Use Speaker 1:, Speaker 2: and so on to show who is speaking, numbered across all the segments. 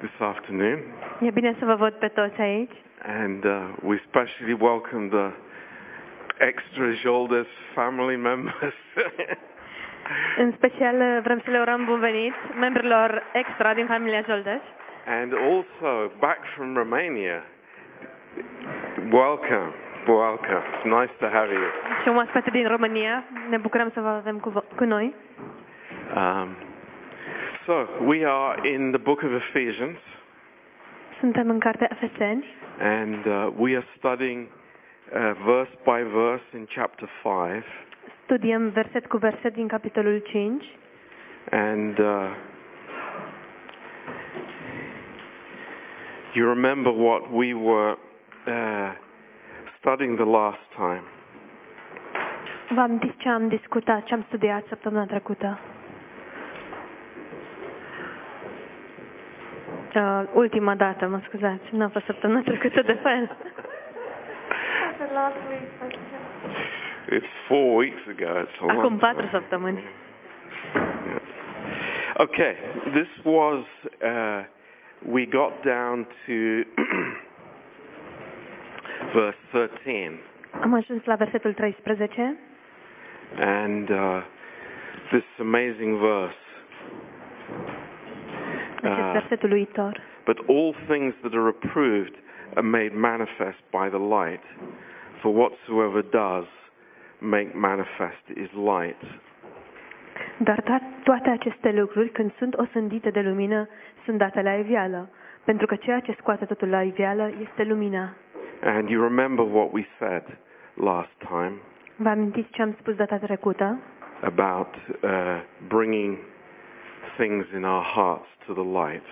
Speaker 1: this afternoon,
Speaker 2: E bine să vă văd pe toți aici
Speaker 1: and uh, we especially welcome the extra shoulders family members.
Speaker 2: În special uh, vrem să le urăm bun venit membrilor extra din familia Joldeș
Speaker 1: and also back from Romania, welcome, welcome. It's nice to have you.
Speaker 2: și un oaspete din România. Ne bucurăm să vă avem cu, vo- cu noi.
Speaker 1: Um, so we are in the book of Ephesians,
Speaker 2: Suntem în cartea Efeseni
Speaker 1: and uh, we are studying uh, verse by verse in chapter five.
Speaker 2: Studiem verset cu verset din capitolul 5
Speaker 1: And uh, you remember what we were uh, studying the last time.
Speaker 2: V-am zis ce am discutat, ce am studiat săptămâna trecută. Uh, ultima dată, mă scuzați, n-a fost săptămâna trecută de fel.
Speaker 1: It's four weeks ago. It's a
Speaker 2: Acum
Speaker 1: long
Speaker 2: patru
Speaker 1: time.
Speaker 2: săptămâni.
Speaker 1: Okay, this was uh, we got down to verse 13,
Speaker 2: Am ajuns la versetul 13,
Speaker 1: and uh, this amazing verse.
Speaker 2: acest
Speaker 1: Uh,
Speaker 2: versetul uitor.
Speaker 1: But all things that are approved are made manifest by the light, for whatsoever does make manifest is light.
Speaker 2: Dar to- toate aceste lucruri, când sunt osândite de lumină, sunt date la iveală, pentru că ceea ce scoate totul la iveală este lumina.
Speaker 1: And you remember what we said last time
Speaker 2: Vă amintiți ce am spus data trecută?
Speaker 1: about uh, bringing things in our hearts to the light.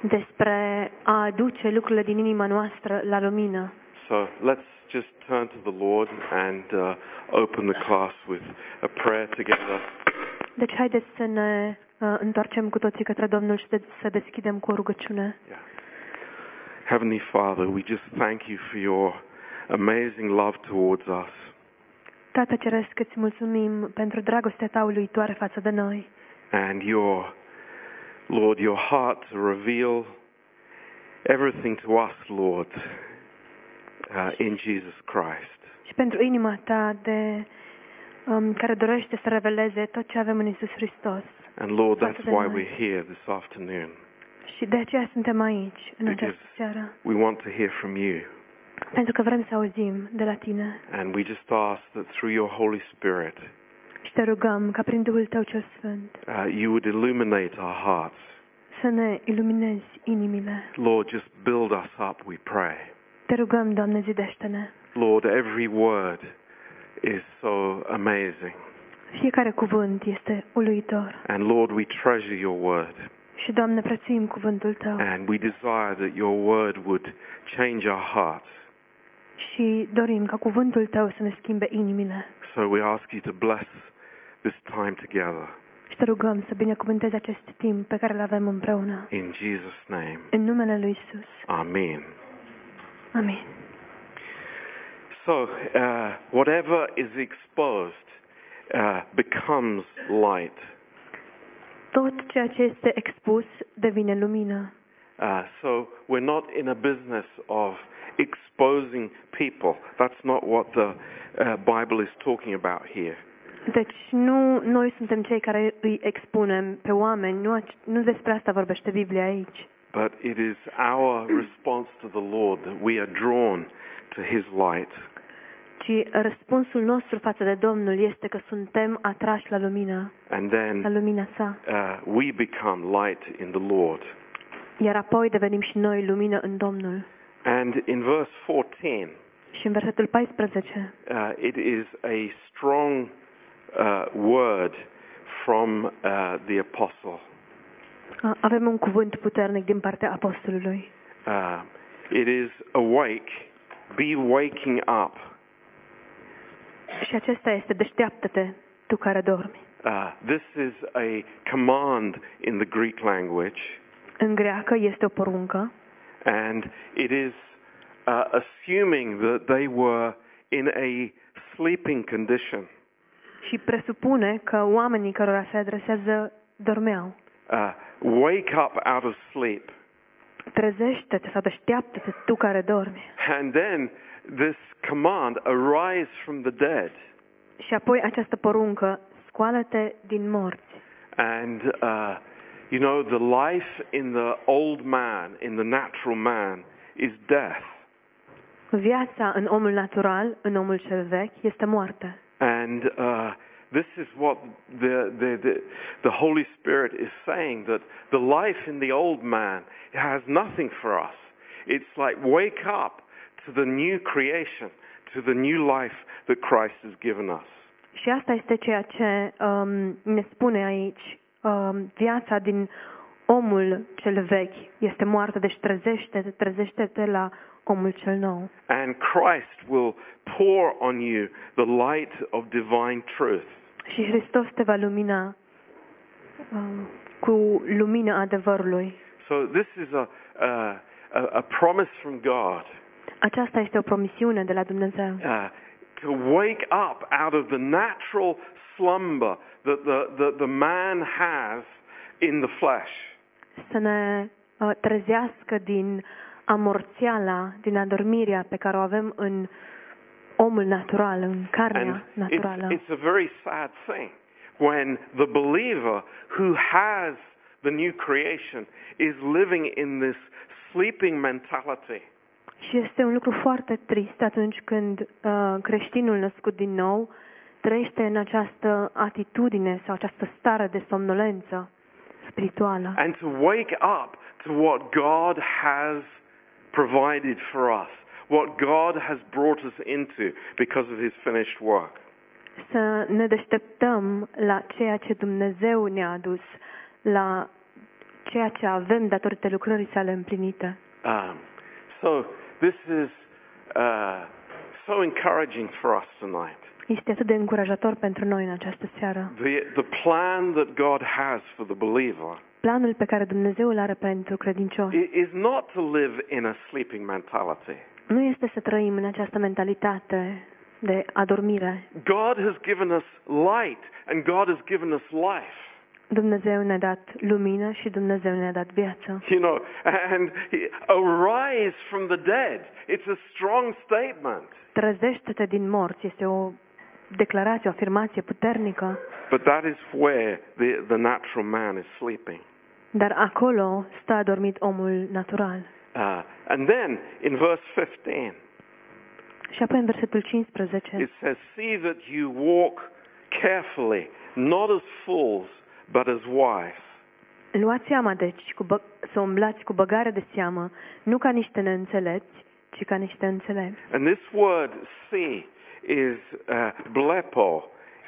Speaker 2: despre a aduce lucrurile din inima noastră la lumină.
Speaker 1: So let's just turn to the Lord and uh, open the class with a prayer together.
Speaker 2: Deci haideți să ne uh, întoarcem cu toții către Domnul și de- să deschidem cu o rugăciune.
Speaker 1: Yeah. Heavenly Father, we just thank you for your amazing love towards us.
Speaker 2: Tată Ceresc, îți mulțumim pentru dragostea ta uluitoare față de noi
Speaker 1: and your Lord, your heart to reveal everything to us, Lord, uh, in Jesus Christ.
Speaker 2: și pentru inima ta de um, care dorește să reveleze tot ce avem în Isus Hristos.
Speaker 1: And Lord,
Speaker 2: Father,
Speaker 1: that's why
Speaker 2: tonight.
Speaker 1: we're here this afternoon.
Speaker 2: Și de aceea suntem aici, în această seară,
Speaker 1: We want to hear from you,
Speaker 2: pentru că vrem să auzim de la tine
Speaker 1: and we just ask that through your Holy Spirit,
Speaker 2: și te rugăm ca prin Duhul tău cel Sfânt
Speaker 1: uh, you would illuminate our hearts.
Speaker 2: să ne iluminezi inimile.
Speaker 1: Lord, just build us up, we pray.
Speaker 2: Te rugăm, Doamne, zidește-ne.
Speaker 1: Lord, every word is so amazing.
Speaker 2: Fiecare cuvânt este uluitor
Speaker 1: And Lord, we treasure your word.
Speaker 2: și, Doamne, prețuim cuvântul Tău
Speaker 1: And we desire that your word would change our hearts.
Speaker 2: și dorim ca cuvântul Tău să ne schimbe inimile.
Speaker 1: So we ask you to bless this time together.
Speaker 2: Și te rugăm să binecuvântezi acest timp pe care îl avem împreună.
Speaker 1: In Jesus' name,
Speaker 2: În numele Lui Isus.
Speaker 1: Amen.
Speaker 2: Amin.
Speaker 1: So uh, whatever is exposed uh, becomes light.
Speaker 2: Tot ceea ce este expus devine lumină.
Speaker 1: Uh, so we're not in a business of exposing people. That's not what the uh, Bible is talking about here.
Speaker 2: Deci nu noi suntem cei care îi expunem pe oameni, nu, ac- nu despre asta vorbește Biblia aici.
Speaker 1: But it is our response to the Lord that we are drawn to his light.
Speaker 2: Ci răspunsul nostru față de Domnul este că suntem atrași la lumină,
Speaker 1: And
Speaker 2: la
Speaker 1: then
Speaker 2: lumina sa.
Speaker 1: uh, we become light in the Lord.
Speaker 2: Iar apoi devenim și noi lumină în Domnul.
Speaker 1: And in verse 14,
Speaker 2: Și în versetul 14
Speaker 1: uh, it is a strong uh, word from uh, the apostle.
Speaker 2: a, avem un cuvânt puternic din partea apostolului.
Speaker 1: Uh, it is awake, be waking up.
Speaker 2: Și acesta este deșteaptă-te, tu care dormi.
Speaker 1: Uh, this is a command in the Greek language,
Speaker 2: În greacă este o poruncă
Speaker 1: and it is uh, assuming that they were in a sleeping condition.
Speaker 2: și presupune că oamenii cărora se adresează dormeau.
Speaker 1: Uh, wake up out of sleep.
Speaker 2: Trezește-te sau deșteaptă-te tu care dormi.
Speaker 1: And then this command, arise from the dead.
Speaker 2: Și apoi această poruncă, scoală-te din morți.
Speaker 1: And, uh, you know, the life in the old man, in the natural man, is death.
Speaker 2: Viața în omul natural, în omul cel vechi, este moarte.
Speaker 1: And uh, this is what the, the, the, the Holy Spirit is saying, that the life in the old man has nothing for us. It's like wake up to the new creation, to the new life that Christ has given us.
Speaker 2: Și asta este ceea ce um, ne spune aici. Um, viața din omul cel vechi este moarte, deci trezește-te, trezește-te la omul cel nou.
Speaker 1: And Christ will pour on you the light of divine truth.
Speaker 2: Și Hristos te va lumina um, cu lumina adevărului.
Speaker 1: So this is a, a, a, a promise from God
Speaker 2: Aceasta este o promisiune de la Dumnezeu.
Speaker 1: uh, to wake up out of the natural slumber that the, that the man has in the flesh.
Speaker 2: Să ne uh, trezească din amorțeala, din adormirea pe care o avem în omul natural, în
Speaker 1: And
Speaker 2: carnea
Speaker 1: it's,
Speaker 2: naturală.
Speaker 1: it's a very sad thing when the believer who has the new creation is living in this sleeping mentality.
Speaker 2: Și este un lucru foarte trist atunci când uh, creștinul născut din nou trăiește în această atitudine sau această stare de somnolență spirituală.
Speaker 1: And to wake up to what God has provided for us, what God has brought us into because of his finished work.
Speaker 2: Să ne deșteptăm la ceea ce Dumnezeu ne-a adus, la ceea ce avem datorită lucrării sale împlinite.
Speaker 1: Um, so this is uh, so encouraging for us tonight.
Speaker 2: Este atât de încurajator pentru noi în această seară.
Speaker 1: The, the plan that God has for the believer
Speaker 2: Planul pe care Dumnezeu îl are pentru
Speaker 1: i-
Speaker 2: credincioși
Speaker 1: is not to live in a sleeping mentality.
Speaker 2: nu este să trăim în această mentalitate de adormire,
Speaker 1: God has given us light and God has given us life.
Speaker 2: Dumnezeu ne-a dat lumină și Dumnezeu ne-a dat viață.
Speaker 1: You know, and he- arise from the dead. It's a strong statement.
Speaker 2: Trezește-te din morți este o declarație, o afirmație puternică,
Speaker 1: But that is where the, the natural man is sleeping.
Speaker 2: dar acolo stă adormit omul natural.
Speaker 1: Uh, and then in verse 15,
Speaker 2: Și apoi în versetul 15
Speaker 1: It says, See that you walk carefully, not as fools, but as wise.
Speaker 2: Luați seama, deci, cu bă- să umblați cu băgare de seamă, nu ca niște neînțelepți, ci ca niște înțelepți.
Speaker 1: And this word, see, is uh, blepo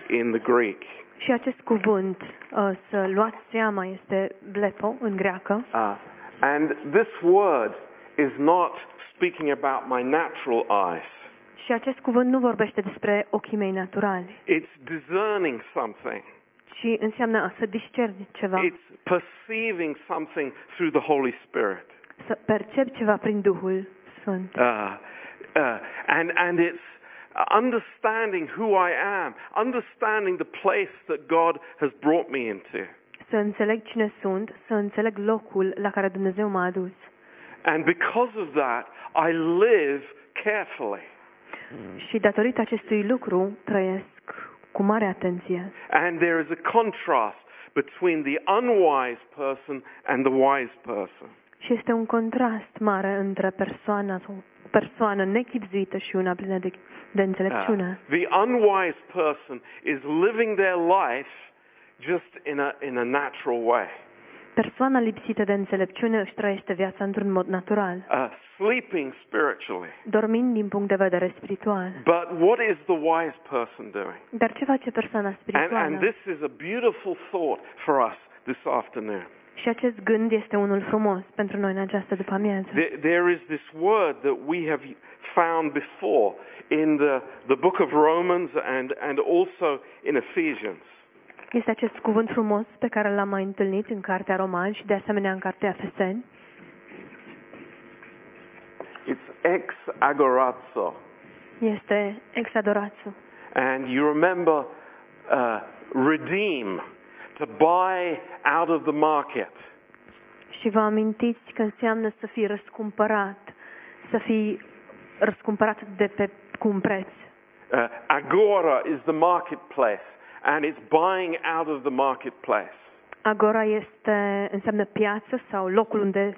Speaker 1: in the Greek.
Speaker 2: Și acest cuvânt, uh, să luați seama, este blepo în greacă
Speaker 1: Uh, and this word is not speaking about my natural eyes.
Speaker 2: și acest cuvânt nu vorbește despre ochii mei naturali,
Speaker 1: It's discerning something.
Speaker 2: ci înseamnă să discerni ceva.
Speaker 1: It's perceiving something through the Holy Spirit.
Speaker 2: să percep ceva prin Duhul Sfânt
Speaker 1: uh, uh, and and it's understanding who I am, understanding the place that God has brought me into,
Speaker 2: să înțeleg cine sunt, să înțeleg locul la care Dumnezeu m-a adus.
Speaker 1: and because of that, I live carefully,
Speaker 2: Și datorită acestui lucru trăiesc cu mare atenție.
Speaker 1: and there is a contrast between the unwise person and the wise person.
Speaker 2: Și este un contrast mare între persoana sau persoană nechipzuită și una plină de, de
Speaker 1: Uh,
Speaker 2: înțelepciune.
Speaker 1: the unwise person is living their life just in a in a natural way,
Speaker 2: Persoana lipsită de înțelepciune își trăiește viața într-un mod natural,
Speaker 1: uh, sleeping spiritually.
Speaker 2: dormind din punct de vedere spiritual.
Speaker 1: But what is the wise person doing?
Speaker 2: Dar ce face persoana
Speaker 1: And,
Speaker 2: spirituală?
Speaker 1: and this is a beautiful thought for us this afternoon.
Speaker 2: Și acest gând este unul frumos pentru noi în această după amiază.
Speaker 1: There, there is this word that we have found before in the, the book of Romans and, and also in Ephesians.
Speaker 2: Este acest cuvânt frumos pe care l-am mai întâlnit în Cartea Roman și de asemenea în Cartea Feseni.
Speaker 1: It's ex agorazo.
Speaker 2: Este exadorațu.
Speaker 1: And you remember uh, redeem, to buy out of the market.
Speaker 2: Și vă amintiți că înseamnă să fii răscumpărat, să fii răscumpărat de pe cu un preț.
Speaker 1: Uh, Agora is the marketplace, and it's buying out of the marketplace.
Speaker 2: Agora este înseamnă piață sau locul unde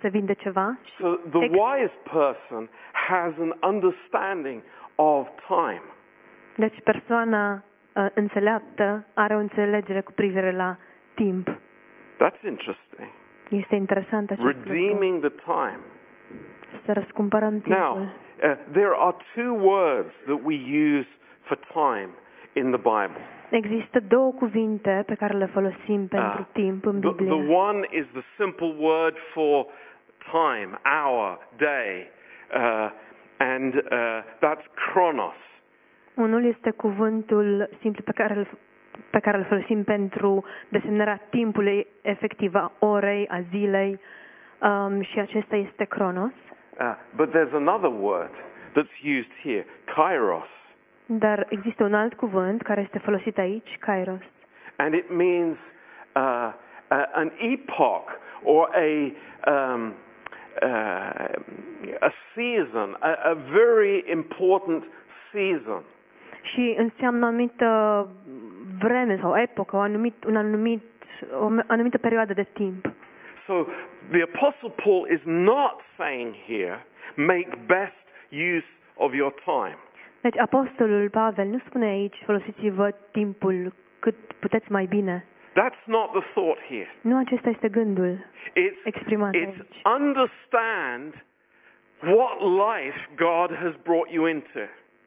Speaker 2: se vinde ceva.
Speaker 1: So the
Speaker 2: Ex-
Speaker 1: wise person has an understanding of time.
Speaker 2: Deci persoana uh, înțeleaptă are o înțelegere cu privire la timp.
Speaker 1: That's interesting.
Speaker 2: Este interesant acest lucru.
Speaker 1: Redeeming the time.
Speaker 2: Să răscumpărăm timpul.
Speaker 1: Now, uh, there are two words that we use for time in the Bible.
Speaker 2: Există două cuvinte pe care le folosim pentru timp în
Speaker 1: Ah. The, the
Speaker 2: Biblie.
Speaker 1: one is the simple word for time, hour, day, uh, and uh, that's chronos.
Speaker 2: Unul este cuvântul simplu pe care îl pe care îl folosim pentru desemnarea timpului efectiv a orei, a zilei um, și acesta este Cronos.
Speaker 1: Uh, but there's another word that's used here, kairos,
Speaker 2: Dar există un alt cuvânt care este folosit aici, Kairos,
Speaker 1: and it means uh, uh, an epoch or a um, uh, a season, a, a very important season.
Speaker 2: și înseamnă o anumită vreme sau epocă, o anumit, un anumit, o anumită perioadă de timp.
Speaker 1: So the Apostle Paul is not saying here, make best use of your time.
Speaker 2: Deci apostolul Pavel nu spune aici folosiți-vă timpul cât puteți mai bine.
Speaker 1: That's not the thought here.
Speaker 2: Nu acesta este gândul
Speaker 1: It's,
Speaker 2: exprimat
Speaker 1: it's
Speaker 2: aici.
Speaker 1: understand what life God has brought you into.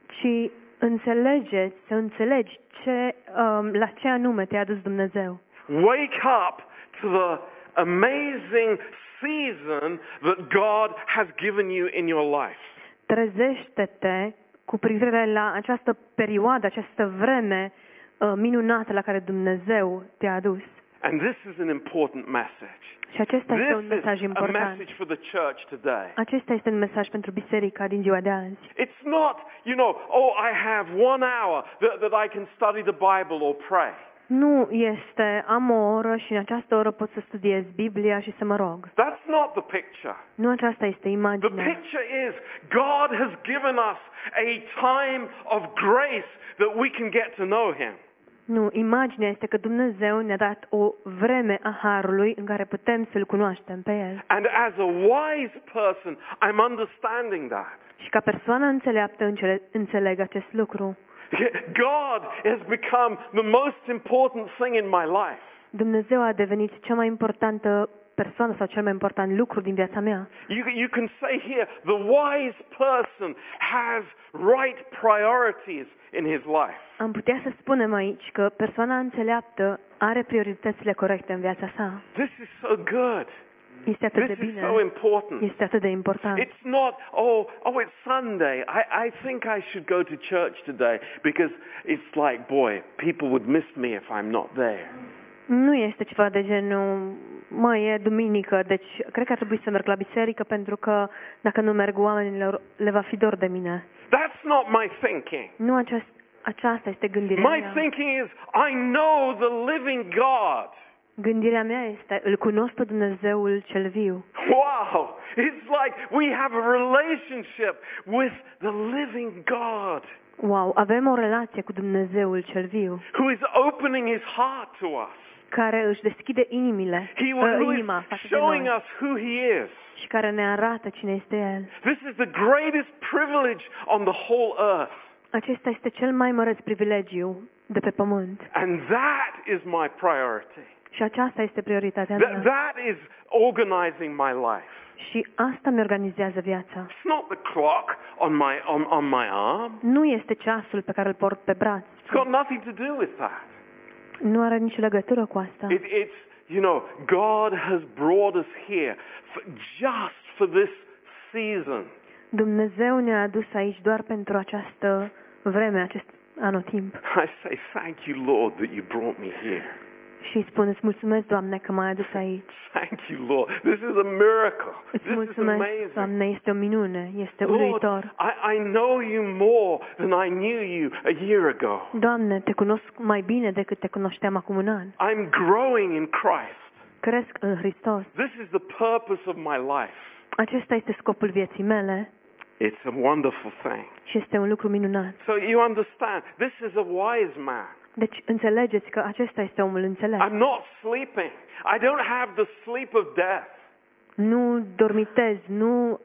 Speaker 2: Ci înțelegeți, să înțelegi ce, um, la ce anume te-a dus Dumnezeu.
Speaker 1: Wake up to the amazing season that God has given you in your life.
Speaker 2: Trezește-te cu privire la această perioadă, această vreme uh, minunată la care Dumnezeu te-a adus.
Speaker 1: And this is an important message.
Speaker 2: Și acesta este un
Speaker 1: This
Speaker 2: mesaj
Speaker 1: is a
Speaker 2: important.
Speaker 1: message for the church today.
Speaker 2: Acesta este un mesaj pentru biserica din ziua de azi.
Speaker 1: It's not, you know, oh, I have one hour that, that I can study the Bible or pray.
Speaker 2: Nu este am o oră și în această oră pot să studiez Biblia și să mă rog.
Speaker 1: That's not the picture.
Speaker 2: Nu aceasta este
Speaker 1: The
Speaker 2: imaginea.
Speaker 1: picture is God has given us a time of grace that we can get to know Him.
Speaker 2: Nu, imaginea este că Dumnezeu ne-a dat o vreme a harului în care putem să-l cunoaștem pe el.
Speaker 1: And as a wise person, I'm understanding that.
Speaker 2: Și ca persoană înțeleaptă înțele- înțeleg acest lucru.
Speaker 1: God has become the most important thing in my life.
Speaker 2: Dumnezeu a devenit cea mai importantă persoană sau cel mai important lucru din viața mea.
Speaker 1: You, you can say here, the wise person has right priorities in his life.
Speaker 2: Am putea să spunem aici că persoana înțeleaptă are prioritățile corecte în viața sa.
Speaker 1: This is so good.
Speaker 2: Este atât
Speaker 1: This
Speaker 2: de
Speaker 1: is
Speaker 2: bine.
Speaker 1: so important.
Speaker 2: Este atât de important.
Speaker 1: It's not, oh, oh, it's Sunday. I, I think I should go to church today because it's like, boy, people would miss me if I'm not there.
Speaker 2: Nu este ceva de genul, mă, e duminică, deci cred că ar trebui să merg la biserică pentru că dacă nu merg oamenilor le va fi dor de mine.
Speaker 1: That's not my thinking.
Speaker 2: Nu acest, aceasta este gândirea
Speaker 1: My
Speaker 2: mea.
Speaker 1: thinking is, I know the living God.
Speaker 2: Gândirea mea este, îl cunosc pe Dumnezeul cel viu.
Speaker 1: Wow. It's like we have a relationship with the living God
Speaker 2: Wow, avem o relație cu Dumnezeul cel viu,
Speaker 1: who is opening his heart to us.
Speaker 2: care își deschide inimile,
Speaker 1: He
Speaker 2: uh,
Speaker 1: who
Speaker 2: inima
Speaker 1: is
Speaker 2: față de
Speaker 1: showing
Speaker 2: noi
Speaker 1: us who he is.
Speaker 2: și care ne arată cine este El.
Speaker 1: This is the greatest privilege on the whole earth.
Speaker 2: Acesta este cel mai măreț privilegiu de pe pământ
Speaker 1: And that is my priority.
Speaker 2: și aceasta este prioritatea
Speaker 1: That,
Speaker 2: mea.
Speaker 1: that is organizing my life.
Speaker 2: Și asta mi organizează viața.
Speaker 1: It's not the clock on my, on, on my arm.
Speaker 2: Nu este ceasul pe care îl port pe braț.
Speaker 1: It's got nothing to do with that.
Speaker 2: Nu are nicio legătură cu asta.
Speaker 1: It, it's, you know, God has brought us here for, just for this season.
Speaker 2: Dumnezeu ne-a adus aici doar pentru această vreme, acest anotimp.
Speaker 1: I say, thank you, Lord, that you brought me here.
Speaker 2: Și îi spun, îți mulțumesc, Doamne, că m-ai adus aici.
Speaker 1: Thank you, Lord. This is a miracle. This
Speaker 2: Îți
Speaker 1: is
Speaker 2: mulțumesc,
Speaker 1: amazing.
Speaker 2: Doamne, este o minune, este
Speaker 1: Lord,
Speaker 2: uluitor.
Speaker 1: I, I know you more than I knew you a year ago.
Speaker 2: Doamne, te cunosc mai bine decât te cunoșteam acum un an.
Speaker 1: I'm growing in Christ.
Speaker 2: cresc în Hristos.
Speaker 1: This is the purpose of my life.
Speaker 2: Acesta este scopul vieții mele
Speaker 1: It's a wonderful thing.
Speaker 2: și este un lucru minunat.
Speaker 1: So you understand, this is a wise man.
Speaker 2: Deci înțelegeți că acesta este omul înțelept.
Speaker 1: I'm not sleeping. I don't have the sleep of death.
Speaker 2: Nu dormitez, nu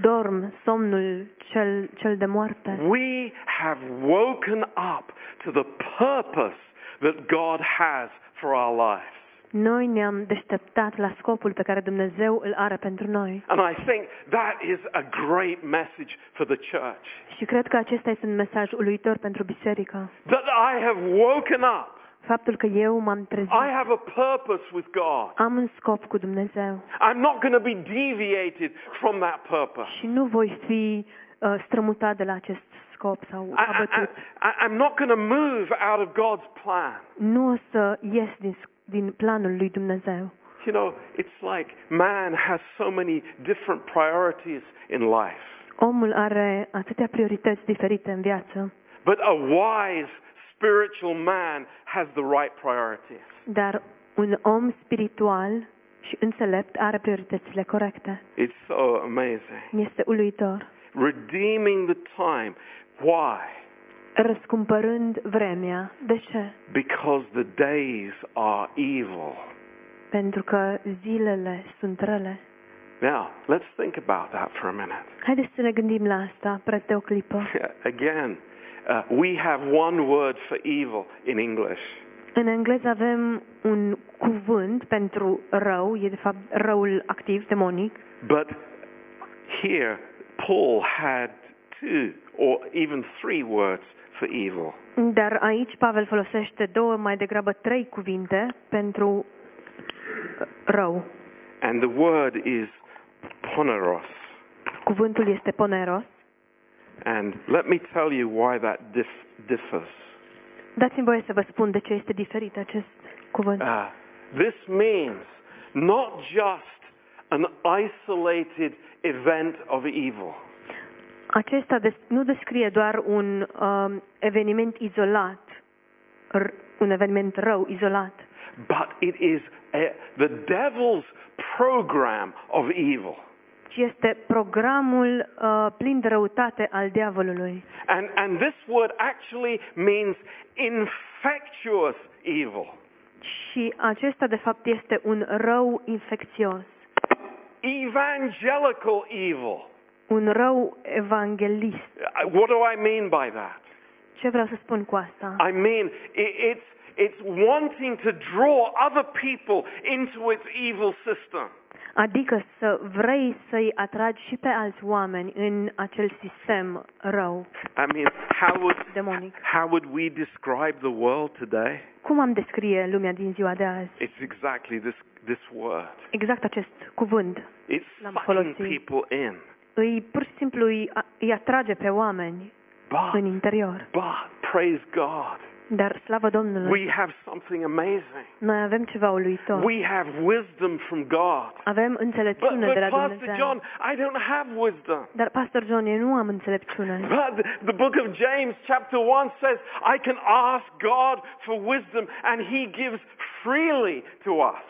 Speaker 2: dorm somnul cel, cel de moarte.
Speaker 1: We have woken up to the purpose that God has for our lives.
Speaker 2: Noi ne-am deșteptat la scopul pe care Dumnezeu îl are pentru noi.
Speaker 1: And I think that is a great message for the church.
Speaker 2: Și cred că acesta este un mesaj uluitor pentru biserică.
Speaker 1: That I have woken up.
Speaker 2: Faptul că eu m-am
Speaker 1: I
Speaker 2: trezit,
Speaker 1: have a purpose with God.
Speaker 2: am un scop cu Dumnezeu
Speaker 1: I'm not going to be deviated from that purpose.
Speaker 2: și nu voi fi uh, strămutat de la acest scop sau
Speaker 1: I, I,
Speaker 2: abătut.
Speaker 1: I, I'm not going to move out of God's plan.
Speaker 2: Nu o să ies din, sc- din planul lui Dumnezeu.
Speaker 1: You know, it's like man has so many different priorities in life.
Speaker 2: Omul are atâtea priorități diferite în viață,
Speaker 1: But a wise spiritual man has the right priorities.
Speaker 2: dar un om spiritual și înțelept are prioritățile corecte.
Speaker 1: It's so amazing.
Speaker 2: Este uluitor.
Speaker 1: Redeeming the time. Why?
Speaker 2: Răscumpărând vremea. De ce?
Speaker 1: Because the days are evil.
Speaker 2: Pentru că zilele sunt rele.
Speaker 1: Now, let's think about that for a minute.
Speaker 2: Haideți să ne gândim la asta, preț de o clipă.
Speaker 1: Again, uh, we have one word for evil in English.
Speaker 2: În engleză avem un cuvânt pentru rău, e de fapt răul activ, demonic,
Speaker 1: But here, Paul had two or even three words for evil.
Speaker 2: dar aici Pavel folosește două, mai degrabă trei cuvinte pentru rău.
Speaker 1: And the word is poneros.
Speaker 2: Cuvântul este poneros.
Speaker 1: And let me tell you why that dif- differs.
Speaker 2: Dați-mi voie să vă spun de ce este diferit acest cuvânt.
Speaker 1: Uh, this means not just an isolated event of evil,
Speaker 2: Acesta des- nu descrie doar un um, eveniment izolat, r- un eveniment rău izolat,
Speaker 1: but it is a, the devil's program of evil.
Speaker 2: ci este programul uh, plin de răutate al diavolului.
Speaker 1: And, and this word actually means infectious evil.
Speaker 2: Și acesta, de fapt, este un rău infecțios,
Speaker 1: Evangelical evil.
Speaker 2: un rău evanghelist.
Speaker 1: Uh, What do I mean by that?
Speaker 2: Ce vreau să spun cu asta?
Speaker 1: I mean, i it's, it's wanting to draw other people into its evil system.
Speaker 2: Adică să vrei să-i atragi și pe alți oameni în acel sistem rău
Speaker 1: I mean, how would,
Speaker 2: demonic.
Speaker 1: how would we describe the world today?
Speaker 2: Cum am descrie lumea din ziua de azi?
Speaker 1: It's exactly this, this word.
Speaker 2: Exact acest cuvânt.
Speaker 1: It's
Speaker 2: L-am
Speaker 1: sucking
Speaker 2: folosit.
Speaker 1: people in.
Speaker 2: Îi pur și simplu îi, îi atrage pe oameni în
Speaker 1: But,
Speaker 2: interior.
Speaker 1: but, praise God,
Speaker 2: Dar slavă Domnului,
Speaker 1: we have something amazing.
Speaker 2: noi avem ceva uluitor.
Speaker 1: We have wisdom from God.
Speaker 2: Avem
Speaker 1: But,
Speaker 2: înțelepciune
Speaker 1: but
Speaker 2: de la
Speaker 1: Pastor
Speaker 2: Dumnezeu.
Speaker 1: John, I don't have wisdom.
Speaker 2: Dar, Pastor John, eu nu am înțelepciune.
Speaker 1: But the- the book of James, chapter 1 says, I can ask God for wisdom and he gives freely to us.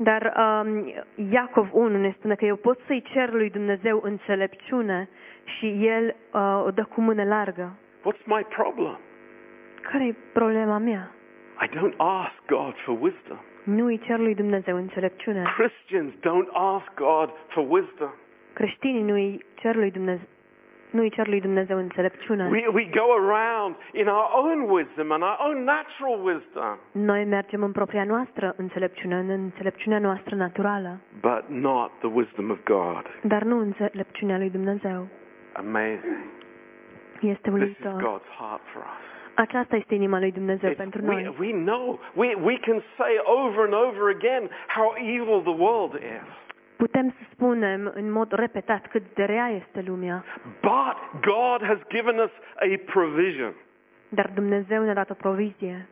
Speaker 2: Dar um, Iacov 1 ne spune că eu pot să-i cer lui Dumnezeu înțelepciune și el uh, o dă cu mână largă.
Speaker 1: What's my problem?
Speaker 2: Care e problema mea?
Speaker 1: I don't ask God for wisdom.
Speaker 2: Nu îi cer lui Dumnezeu înțelepciune.
Speaker 1: Christians don't ask God for wisdom.
Speaker 2: Creștinii nu îi cer lui Dumnezeu, nu îi cer lui Dumnezeu înțelepciune.
Speaker 1: We, we go around in our own wisdom and our own natural wisdom,
Speaker 2: Noi mergem în propria noastră înțelepciune, în înțelepciunea noastră naturală,
Speaker 1: but not the wisdom of God.
Speaker 2: dar nu înțelepciunea lui Dumnezeu.
Speaker 1: Amazing.
Speaker 2: Este
Speaker 1: This is
Speaker 2: uluitor.
Speaker 1: God's heart for us.
Speaker 2: Aceasta este inima lui Dumnezeu
Speaker 1: It's-
Speaker 2: pentru
Speaker 1: we,
Speaker 2: noi.
Speaker 1: we know. We, we can say over and over again how evil the world is.
Speaker 2: Putem să spunem în mod repetat cât de rea este lumea,
Speaker 1: But God has given us a provision.
Speaker 2: dar Dumnezeu ne-a dat o provizie.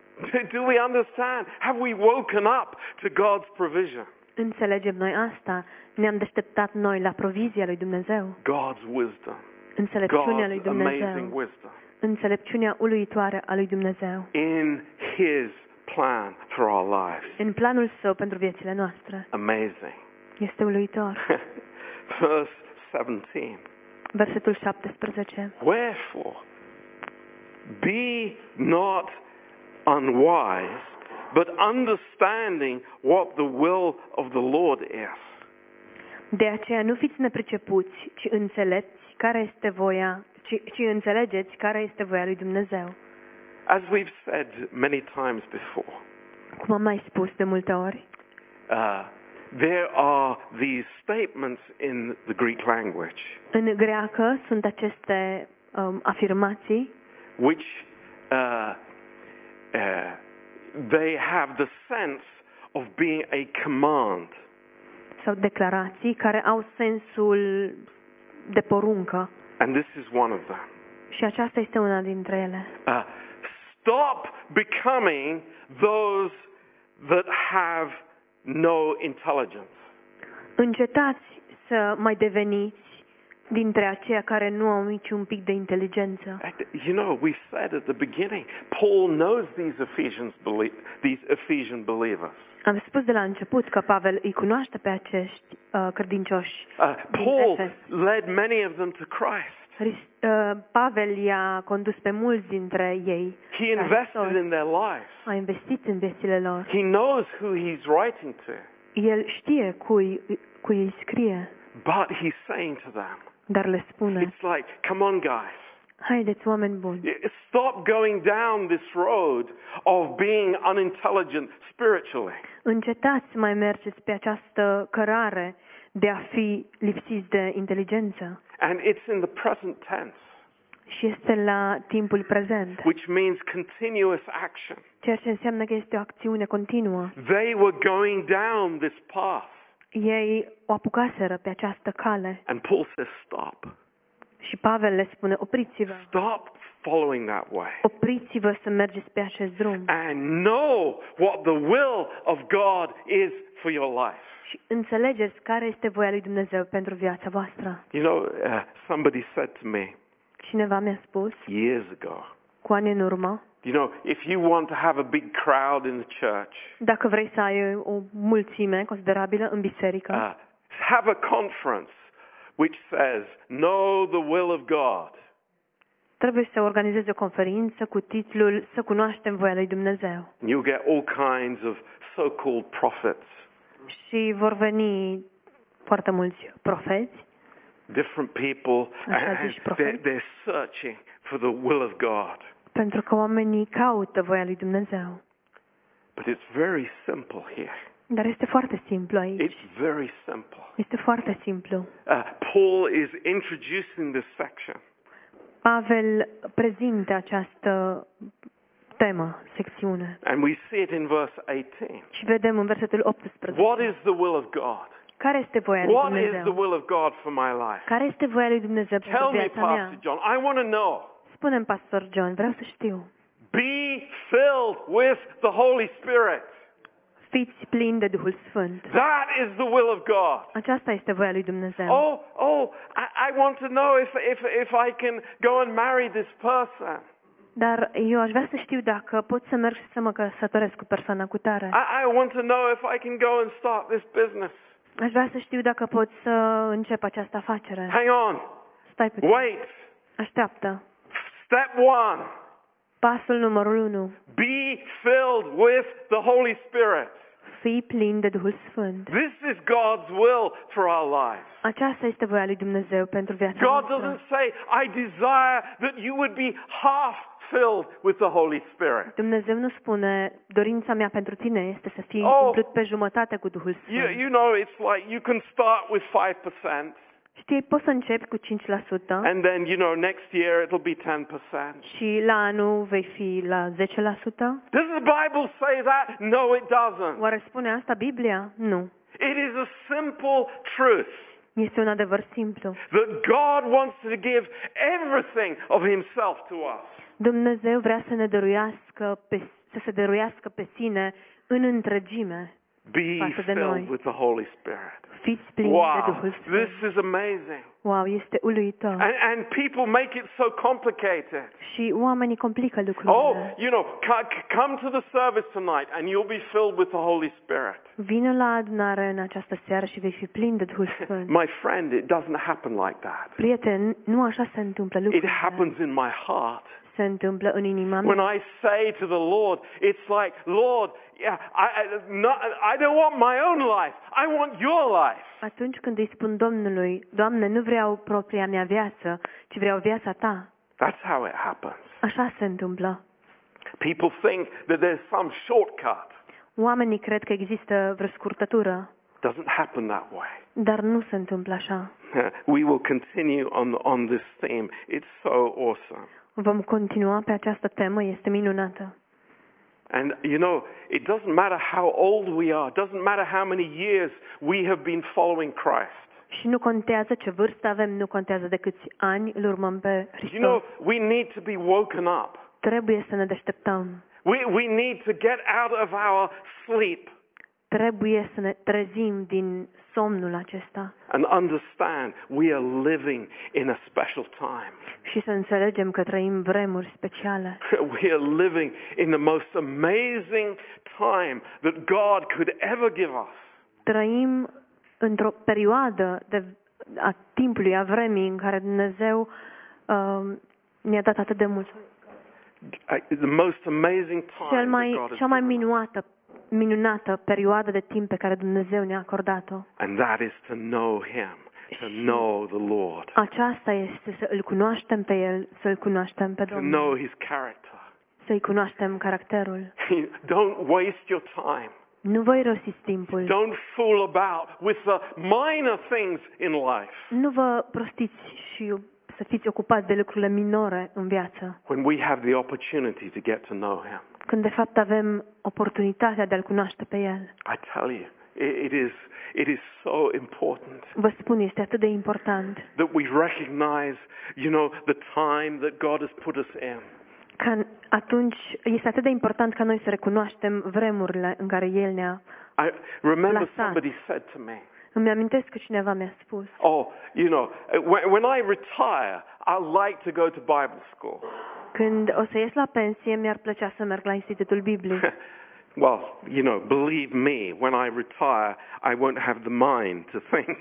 Speaker 1: Do we understand? Have we woken up to God's provision?
Speaker 2: Înțelegem noi asta, ne-am deșteptat noi la provizia lui Dumnezeu,
Speaker 1: God's wisdom.
Speaker 2: înțelepciunea lui
Speaker 1: God's amazing
Speaker 2: Dumnezeu,
Speaker 1: wisdom.
Speaker 2: înțelepciunea uluitoare a lui Dumnezeu
Speaker 1: In His plan for our lives.
Speaker 2: în planul său pentru viețile noastre.
Speaker 1: Amazing.
Speaker 2: Este uluitor.
Speaker 1: Verse 17.
Speaker 2: Versetul 17.
Speaker 1: Wherefore, be not unwise, but understanding what the will of the Lord is.
Speaker 2: De aceea nu fiți nepricepuți, ci înțelepți care este voia, ci, ci înțelegeți care este voia lui Dumnezeu.
Speaker 1: As we've said many times before,
Speaker 2: Cum am mai spus de multe ori,
Speaker 1: uh, there are these statements in the Greek language
Speaker 2: în greacă sunt aceste um, afirmații
Speaker 1: which uh, uh, they have the sense of being a command.
Speaker 2: sau declarații care au sensul de poruncă
Speaker 1: And this is one of them.
Speaker 2: și aceasta este una dintre ele.
Speaker 1: Uh, stop becoming those that have no intelligence.
Speaker 2: Încetați să mai deveniți dintre aceia care nu au niciun pic de inteligență.
Speaker 1: And, You know, we said at the beginning, Paul knows these Ephesians belie- these Ephesian believers.
Speaker 2: Am spus de la început că Pavel îi cunoaște pe acești uh, credincioși.
Speaker 1: Uh,
Speaker 2: din
Speaker 1: Paul
Speaker 2: Efes.
Speaker 1: led many of them to Christ.
Speaker 2: Hrist, uh, Pavel i-a condus pe mulți dintre ei,
Speaker 1: He
Speaker 2: Right,
Speaker 1: invested
Speaker 2: sorry.
Speaker 1: in their lives.
Speaker 2: a investit în viețile lor.
Speaker 1: He knows who he's writing to.
Speaker 2: El știe cui, cui îi scrie,
Speaker 1: But he's saying to them,
Speaker 2: dar le spune,
Speaker 1: it's like, come on, guys.
Speaker 2: haideți oameni buni,
Speaker 1: Stop going down this road of being unintelligent spiritually.
Speaker 2: încetați să mai mergeți pe această cărare de a fi lipsiți de inteligență.
Speaker 1: And it's in the present tense,
Speaker 2: Și este la timpul prezent,
Speaker 1: which means continuous action.
Speaker 2: ceea ce înseamnă că este o acțiune continuă.
Speaker 1: They were going down this path.
Speaker 2: Ei o apucaseră pe această cale
Speaker 1: And Paul says, stop.
Speaker 2: și Pavel le spune, opriți-vă,
Speaker 1: Stop following that way.
Speaker 2: opriți-vă să mergeți pe acest drum.
Speaker 1: And know what the will of God is for your life.
Speaker 2: și înțelegeți care este voia lui Dumnezeu pentru viața voastră.
Speaker 1: You know, uh, somebody said to me
Speaker 2: Cineva mi-a spus
Speaker 1: years ago,
Speaker 2: cu ani în urmă,
Speaker 1: you know, if you want to have a big crowd in the church,
Speaker 2: dacă vrei să ai o mulțime considerabilă în biserică,
Speaker 1: uh, have a conference which says, Know the will of God.
Speaker 2: trebuie să organizezi o conferință cu titlul Să cunoaștem voia lui Dumnezeu.
Speaker 1: And you'll get all kinds of so called prophets,
Speaker 2: Și vor veni foarte mulți profeți
Speaker 1: different people,
Speaker 2: Așa
Speaker 1: and, and
Speaker 2: zici, profet.
Speaker 1: they're, they're searching for the will of God.
Speaker 2: pentru că oamenii caută voia lui Dumnezeu.
Speaker 1: But it's very simple here.
Speaker 2: Dar este foarte simplu aici.
Speaker 1: It's very simple.
Speaker 2: Este foarte simplu.
Speaker 1: Uh, Paul is introducing this section,
Speaker 2: Pavel prezintă această temă, secțiune.
Speaker 1: and we see it in verse 18.
Speaker 2: Și vedem în versetul 18.
Speaker 1: What is the will of God?
Speaker 2: Care este voia lui
Speaker 1: What is the
Speaker 2: Dumnezeu?
Speaker 1: will of God for my life?
Speaker 2: Care este voia lui Dumnezeu pentru
Speaker 1: Tell me,
Speaker 2: viața
Speaker 1: Pastor
Speaker 2: mea?
Speaker 1: John. I want to know.
Speaker 2: Spune-mi, pastor John, vreau să știu.
Speaker 1: Be filled with the Holy Spirit.
Speaker 2: Fiți plini de Duhul Sfânt.
Speaker 1: That is the will of God.
Speaker 2: Aceasta este voia lui Dumnezeu.
Speaker 1: Oh, oh, I, I want to know if, if, if I can go and marry this person.
Speaker 2: Dar eu aș vrea să știu dacă pot să merg și să mă căsătoresc cu persoana cu tare.
Speaker 1: I, I want to know if I can go and start this business.
Speaker 2: Aș vrea să știu dacă pot să încep această afacere.
Speaker 1: Hang on.
Speaker 2: Stai puțin.
Speaker 1: Wait.
Speaker 2: Așteaptă.
Speaker 1: Step one.
Speaker 2: Pasul numărul 1.
Speaker 1: Be filled with the Holy Spirit.
Speaker 2: Fii plin de Duhul Sfânt.
Speaker 1: This is God's will for our lives.
Speaker 2: Aceasta este voia lui Dumnezeu pentru viața
Speaker 1: God
Speaker 2: noastră.
Speaker 1: doesn't say, I desire that you would be half filled with the Holy Spirit.
Speaker 2: Dumnezeu nu spune, dorința mea pentru tine este să fii
Speaker 1: Oh.
Speaker 2: umplut pe jumătate cu Duhul Sfânt.
Speaker 1: You, you know, it's like you can start with 5%,
Speaker 2: Știi, poți să începi cu 5% Oh.
Speaker 1: and then, you know, next year it'll be 10%.
Speaker 2: și la anul vei fi la 10%?
Speaker 1: Does the Bible say that? No, it doesn't.
Speaker 2: Oare spune asta Biblia? Nu.
Speaker 1: It is a simple truth
Speaker 2: Este un adevăr simplu.
Speaker 1: that God wants to give everything of Himself to us.
Speaker 2: Dumnezeu vrea să ne dăruiască pe, să se dăruiască pe sine în întregime
Speaker 1: Be
Speaker 2: Față de noi.
Speaker 1: filled with the Holy Spirit.
Speaker 2: fiți plini de
Speaker 1: Wow,
Speaker 2: Duhul
Speaker 1: this
Speaker 2: Sfânt.
Speaker 1: is amazing.
Speaker 2: Wow, este
Speaker 1: And,
Speaker 2: uluitor.
Speaker 1: and people make it so complicated.
Speaker 2: Și oamenii complică
Speaker 1: Oh,
Speaker 2: lucrurile.
Speaker 1: you know, c- c- come to the service tonight and you'll be filled with the Holy Spirit.
Speaker 2: Vină la adunare în această seară și vei fi plin de Duhul Sfânt.
Speaker 1: My friend, it doesn't happen like that.
Speaker 2: Prieten, nu așa se întâmplă
Speaker 1: It
Speaker 2: lucrurile.
Speaker 1: happens in my heart.
Speaker 2: Se întâmplă în inima mea.
Speaker 1: When I say to the Lord, it's like, Lord, yeah, I, I, not, I don't want my own life. I want your life.
Speaker 2: Atunci când îi spun Domnului, Doamne, nu vreau propria mea viață, ci vreau viața Ta,
Speaker 1: That's how it happens.
Speaker 2: așa se întâmplă.
Speaker 1: People think that there's some shortcut.
Speaker 2: Oamenii cred că există vreo scurtătură,
Speaker 1: Doesn't happen that way.
Speaker 2: dar nu se întâmplă așa.
Speaker 1: We will continue on, on this theme. It's so awesome.
Speaker 2: Vom continua pe această temă, este minunată.
Speaker 1: And you know, it doesn't matter how old we are, doesn't matter how many years we have been following Christ.
Speaker 2: Și nu contează ce vârstă avem, nu contează de câți ani îl urmăm pe Hristos.
Speaker 1: You know, we need to be woken up.
Speaker 2: Trebuie să ne deșteptăm.
Speaker 1: We, we need to get out of our sleep
Speaker 2: Trebuie să ne trezim din somnul acesta
Speaker 1: and understand we are living in a special time.
Speaker 2: și să înțelegem că trăim vremuri speciale.
Speaker 1: We are living in the most amazing time that God could ever give us.
Speaker 2: Trăim într-o perioadă de, a timpului, a vremii în care Dumnezeu uh, ne-a dat atât de mult.
Speaker 1: Uh, The most amazing
Speaker 2: Cel
Speaker 1: time that
Speaker 2: mai,
Speaker 1: God has
Speaker 2: cea mai
Speaker 1: given us.
Speaker 2: minunată, minunată perioadă de timp pe care Dumnezeu ne-a acordat-o.
Speaker 1: And that is to know Him, to know the Lord,
Speaker 2: Aceasta este să îl cunoaștem pe El, să îl cunoaștem pe
Speaker 1: to
Speaker 2: Domnul,
Speaker 1: know His character.
Speaker 2: să-i cunoaștem caracterul.
Speaker 1: Don't waste your time.
Speaker 2: Nu voi rosiți timpul.
Speaker 1: Don't fool about with the minor things in life.
Speaker 2: Nu vă prostiți și să fiți ocupați de lucrurile minore în viață,
Speaker 1: When we have the opportunity to get to know Him,
Speaker 2: când de fapt avem oportunitatea de a-L cunoaște pe El.
Speaker 1: I tell you, it, it is it is so important
Speaker 2: Vă spun, este atât de important
Speaker 1: that we recognize, you know, the time that God has put us in.
Speaker 2: ca atunci, este atât de important ca noi să recunoaștem vremurile în care El ne-a...
Speaker 1: I remember
Speaker 2: Lăsați.
Speaker 1: somebody said to me,
Speaker 2: Îmi amintesc că cineva mi-a spus,
Speaker 1: "Oh, you know, when, when I retire, I like to go to Bible school."
Speaker 2: când o să ies la pensie, mi-ar plăcea să merg la Institutul Biblic.
Speaker 1: well, you know, believe me, when I retire, I won't have the mind to think.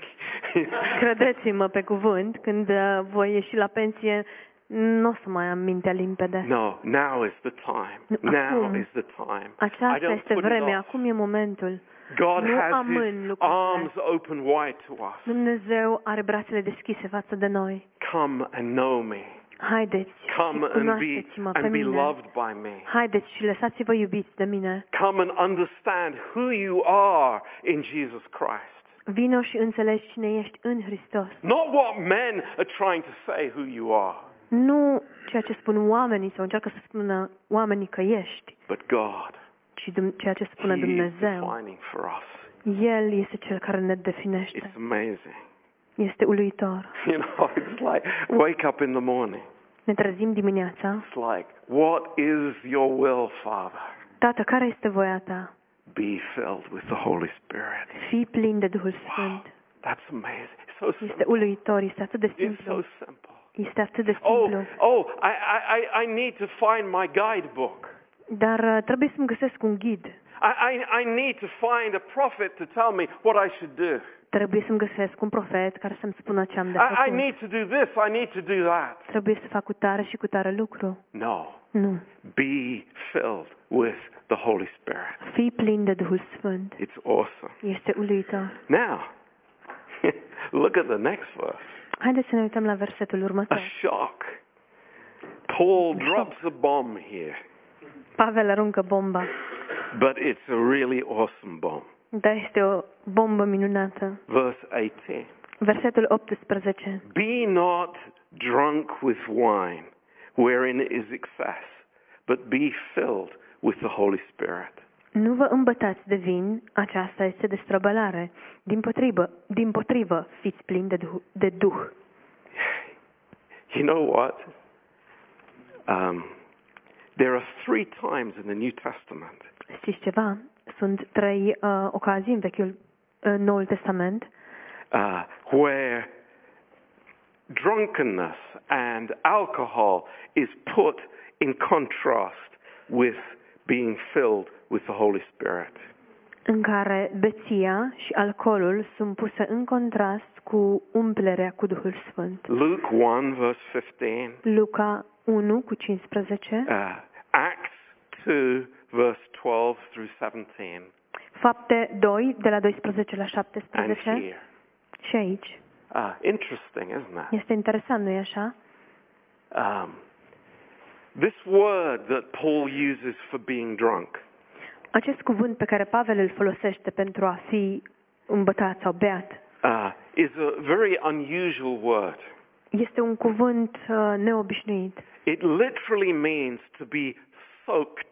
Speaker 2: Credeți-mă pe cuvânt, când uh, voi ieși la pensie, nu o să mai am mintea limpede.
Speaker 1: no, now is the time.
Speaker 2: Nu,
Speaker 1: Now
Speaker 2: acum.
Speaker 1: is the time. I
Speaker 2: Aceasta
Speaker 1: don't
Speaker 2: este
Speaker 1: put it
Speaker 2: vremea,
Speaker 1: off.
Speaker 2: acum e momentul.
Speaker 1: God
Speaker 2: nu
Speaker 1: has
Speaker 2: amân
Speaker 1: his
Speaker 2: lucrurile.
Speaker 1: arms open wide to us.
Speaker 2: Dumnezeu are brațele deschise față de noi.
Speaker 1: Come and know me.
Speaker 2: Haideți
Speaker 1: Come
Speaker 2: și
Speaker 1: and be
Speaker 2: cunoașteți-mă pe
Speaker 1: and be
Speaker 2: mine.
Speaker 1: loved by me.
Speaker 2: Haideți și lăsați-vă iubiți de mine.
Speaker 1: Come and understand who you are in Jesus Christ.
Speaker 2: Vino și înțelegi cine ești în Hristos.
Speaker 1: Not what men are trying to say who you are,
Speaker 2: Nu ceea ce spun oamenii sau încearcă să spună oamenii că ești,
Speaker 1: but God.
Speaker 2: ci dum- ceea ce
Speaker 1: He
Speaker 2: spune
Speaker 1: is
Speaker 2: Dumnezeu.
Speaker 1: defining for us.
Speaker 2: El este cel care ne
Speaker 1: It's
Speaker 2: definește.
Speaker 1: amazing.
Speaker 2: Este uluitor.
Speaker 1: You know, it's like wake up in the morning.
Speaker 2: Ne trezim dimineața.
Speaker 1: It's like, what is your will, Father?
Speaker 2: Tată, care este voia ta?
Speaker 1: Be filled with the Holy Spirit.
Speaker 2: Fii plin de Duhul
Speaker 1: Wow,
Speaker 2: Sfânt.
Speaker 1: that's amazing. So
Speaker 2: Este
Speaker 1: simple.
Speaker 2: uluitor, este atât de
Speaker 1: It's so
Speaker 2: simplu.
Speaker 1: simple.
Speaker 2: Este atât de
Speaker 1: Oh,
Speaker 2: simplu.
Speaker 1: oh, I, I, I- I need to find my guidebook.
Speaker 2: Dar uh, trebuie să-mi găsesc un ghid.
Speaker 1: I, I, I need to find a prophet to tell me what I should do.
Speaker 2: Trebuie să-mi găsesc un profet care să-mi spună ce am de
Speaker 1: I, I
Speaker 2: făcut.
Speaker 1: need to do this. I need to do that.
Speaker 2: Trebuie să fac cu tare și cu tare lucru.
Speaker 1: No.
Speaker 2: Nu.
Speaker 1: Be filled with the Holy Spirit.
Speaker 2: Fii plin de Duhul Sfânt.
Speaker 1: It's awesome.
Speaker 2: Este uluitor.
Speaker 1: Now, look at the next verse.
Speaker 2: Haideți să ne uităm la versetul
Speaker 1: A
Speaker 2: următor.
Speaker 1: shock. Paul drops a bomb here,
Speaker 2: Pavel aruncă bomba,
Speaker 1: but it's a really awesome bomb.
Speaker 2: dar Da, este o bombă minunată.
Speaker 1: Verse 18.
Speaker 2: Versetul 18.
Speaker 1: Be not drunk with wine, wherein is excess, but be filled with the Holy Spirit.
Speaker 2: Nu vă îmbătați de vin, aceasta este destrăbălare. Din potrivă, din potrivă fiți plini de, duh, de duh.
Speaker 1: You know what? Um, there are three times in the New Testament
Speaker 2: Știți ceva? Sunt trei uh, ocazii în Vechiul, în uh, Noul Testament
Speaker 1: uh, where drunkenness and alcohol is put in contrast with being filled with the Holy Spirit.
Speaker 2: în care beția și alcoolul sunt puse în contrast cu umplerea cu Duhul Sfânt.
Speaker 1: Luke 1, verse 15,
Speaker 2: Luca 1 cu 15,
Speaker 1: uh, Acts 2, verse 12 through 17,
Speaker 2: fapte 2 de la 12 la
Speaker 1: and
Speaker 2: 17
Speaker 1: here.
Speaker 2: și aici.
Speaker 1: Uh, interesting, isn't it?
Speaker 2: Este interesant, nu-i așa?
Speaker 1: Um, this word that Paul uses for being drunk
Speaker 2: Acest cuvânt pe care Pavel îl folosește pentru a fi îmbătat sau beat
Speaker 1: uh, is a very unusual word.
Speaker 2: este un cuvânt uh, neobișnuit.
Speaker 1: It literally means to be soaked.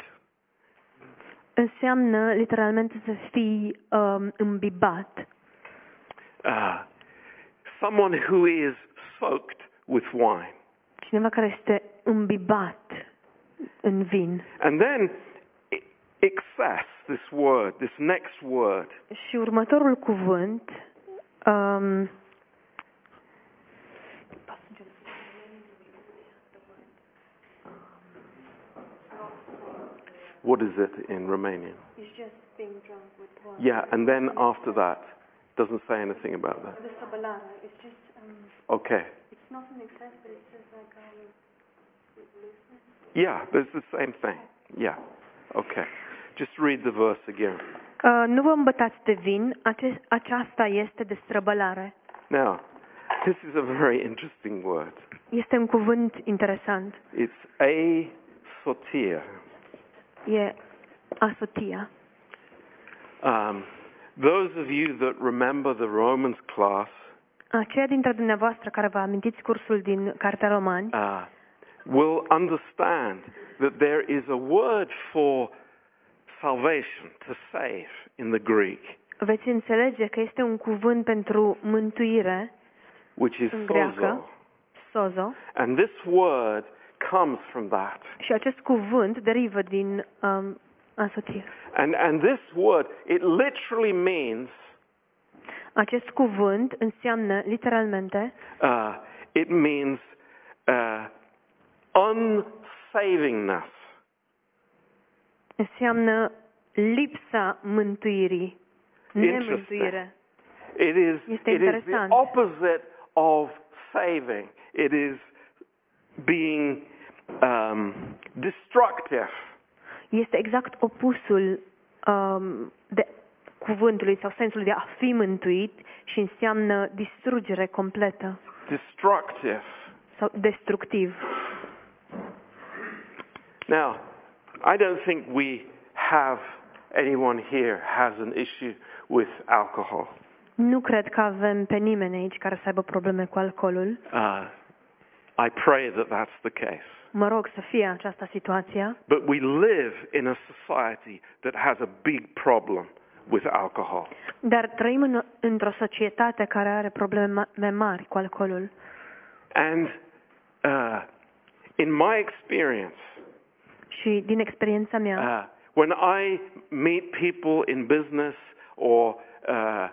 Speaker 2: Înseamnă literalmente să fii um, îmbibat.
Speaker 1: Uh, someone who is soaked with wine.
Speaker 2: Cineva care este îmbibat în vin.
Speaker 1: And then e- excess, this word, this next word,
Speaker 2: Și următorul cuvânt um,
Speaker 1: What is it in Romanian? Yeah, and then after that, doesn't say anything about that. Okay. Yeah, it's the same thing. Yeah. Okay. Just read the verse again.
Speaker 2: uh, nu vă îmbătați de vin, acest, aceasta este destrăbălare.
Speaker 1: Now, this is a very interesting word.
Speaker 2: Este un cuvânt interesant.
Speaker 1: It's a sotir.
Speaker 2: E asotia.
Speaker 1: Um, those of you that remember the Romans class,
Speaker 2: Aceia dintre dumneavoastră care vă amintiți cursul din Cartea Romani
Speaker 1: uh, will understand that there is a word for salvation, to save, in the Greek,
Speaker 2: veți înțelege că este un cuvânt pentru mântuire,
Speaker 1: which is
Speaker 2: În greacă.
Speaker 1: sozo.
Speaker 2: sozo,
Speaker 1: And this word comes from that.
Speaker 2: și acest cuvânt derivă din um, asotie.
Speaker 1: And, and this word, it literally means,
Speaker 2: Acest cuvânt înseamnă literalmente
Speaker 1: uh, it means uh, unsavingness.
Speaker 2: înseamnă lipsa mântuirii,
Speaker 1: Interesting.
Speaker 2: nemântuire.
Speaker 1: It is,
Speaker 2: Este
Speaker 1: it is the
Speaker 2: interesant.
Speaker 1: opposite of saving. It is being um, destructive.
Speaker 2: Este exact opusul um, de cuvântului sau sensului de a fi mântuit și înseamnă distrugere completă
Speaker 1: Destructive.
Speaker 2: sau destructiv.
Speaker 1: Now, I don't think we have anyone here has an issue with alcohol.
Speaker 2: Nu cred că avem pe nimeni aici care să aibă probleme cu alcoolul.
Speaker 1: Uh, I pray that that's the case.
Speaker 2: Mă rog să fie aceasta situația,
Speaker 1: But we live in a society that has a big problem with alcohol.
Speaker 2: dar trăim în, într-o societate care are probleme ma- mari cu alcoolul.
Speaker 1: And uh, in my experience,
Speaker 2: Și din experiența mea,
Speaker 1: uh, when I meet people in business or uh,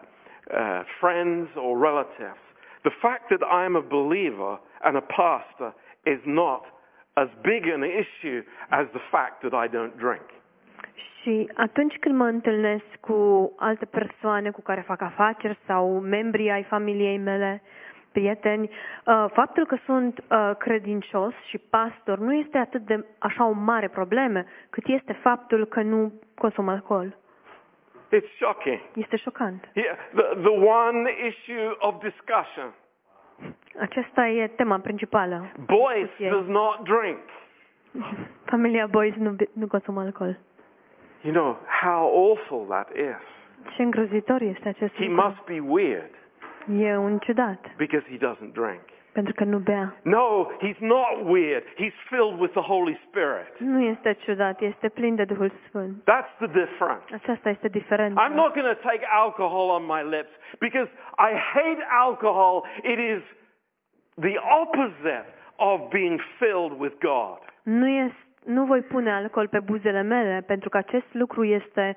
Speaker 1: uh, friends or relatives, the fact that I'm a believer and a pastor is not as big an issue as the fact that I don't drink.
Speaker 2: Și atunci când mă întâlnesc cu alte persoane cu care fac afaceri sau membrii ai familiei mele, prieteni, uh, faptul că sunt uh, credincios și pastor nu este atât de așa o mare problemă, cât este faptul că nu consum alcool.
Speaker 1: It's shocking.
Speaker 2: Este șocant.
Speaker 1: Yeah, the, the one issue of discussion.
Speaker 2: Aceasta e tema principală.
Speaker 1: Boyce
Speaker 2: Okay.
Speaker 1: does not drink.
Speaker 2: Familia Boys nu, nu consumă alcool.
Speaker 1: You know how awful that is.
Speaker 2: Ce îngrozitor este acest
Speaker 1: He
Speaker 2: lucru.
Speaker 1: must be weird
Speaker 2: E un ciudat,
Speaker 1: because he doesn't drink.
Speaker 2: pentru că nu bea.
Speaker 1: No, he's not weird. He's filled with the Holy Spirit.
Speaker 2: Nu este ciudat, este plin de Duhul Sfânt.
Speaker 1: That's the difference.
Speaker 2: Aceasta este diferența.
Speaker 1: I'm not going to take alcohol on my lips because I hate alcohol. It is the opposite of being filled with God.
Speaker 2: Nu, este, nu voi pune alcool pe buzele mele pentru că acest lucru este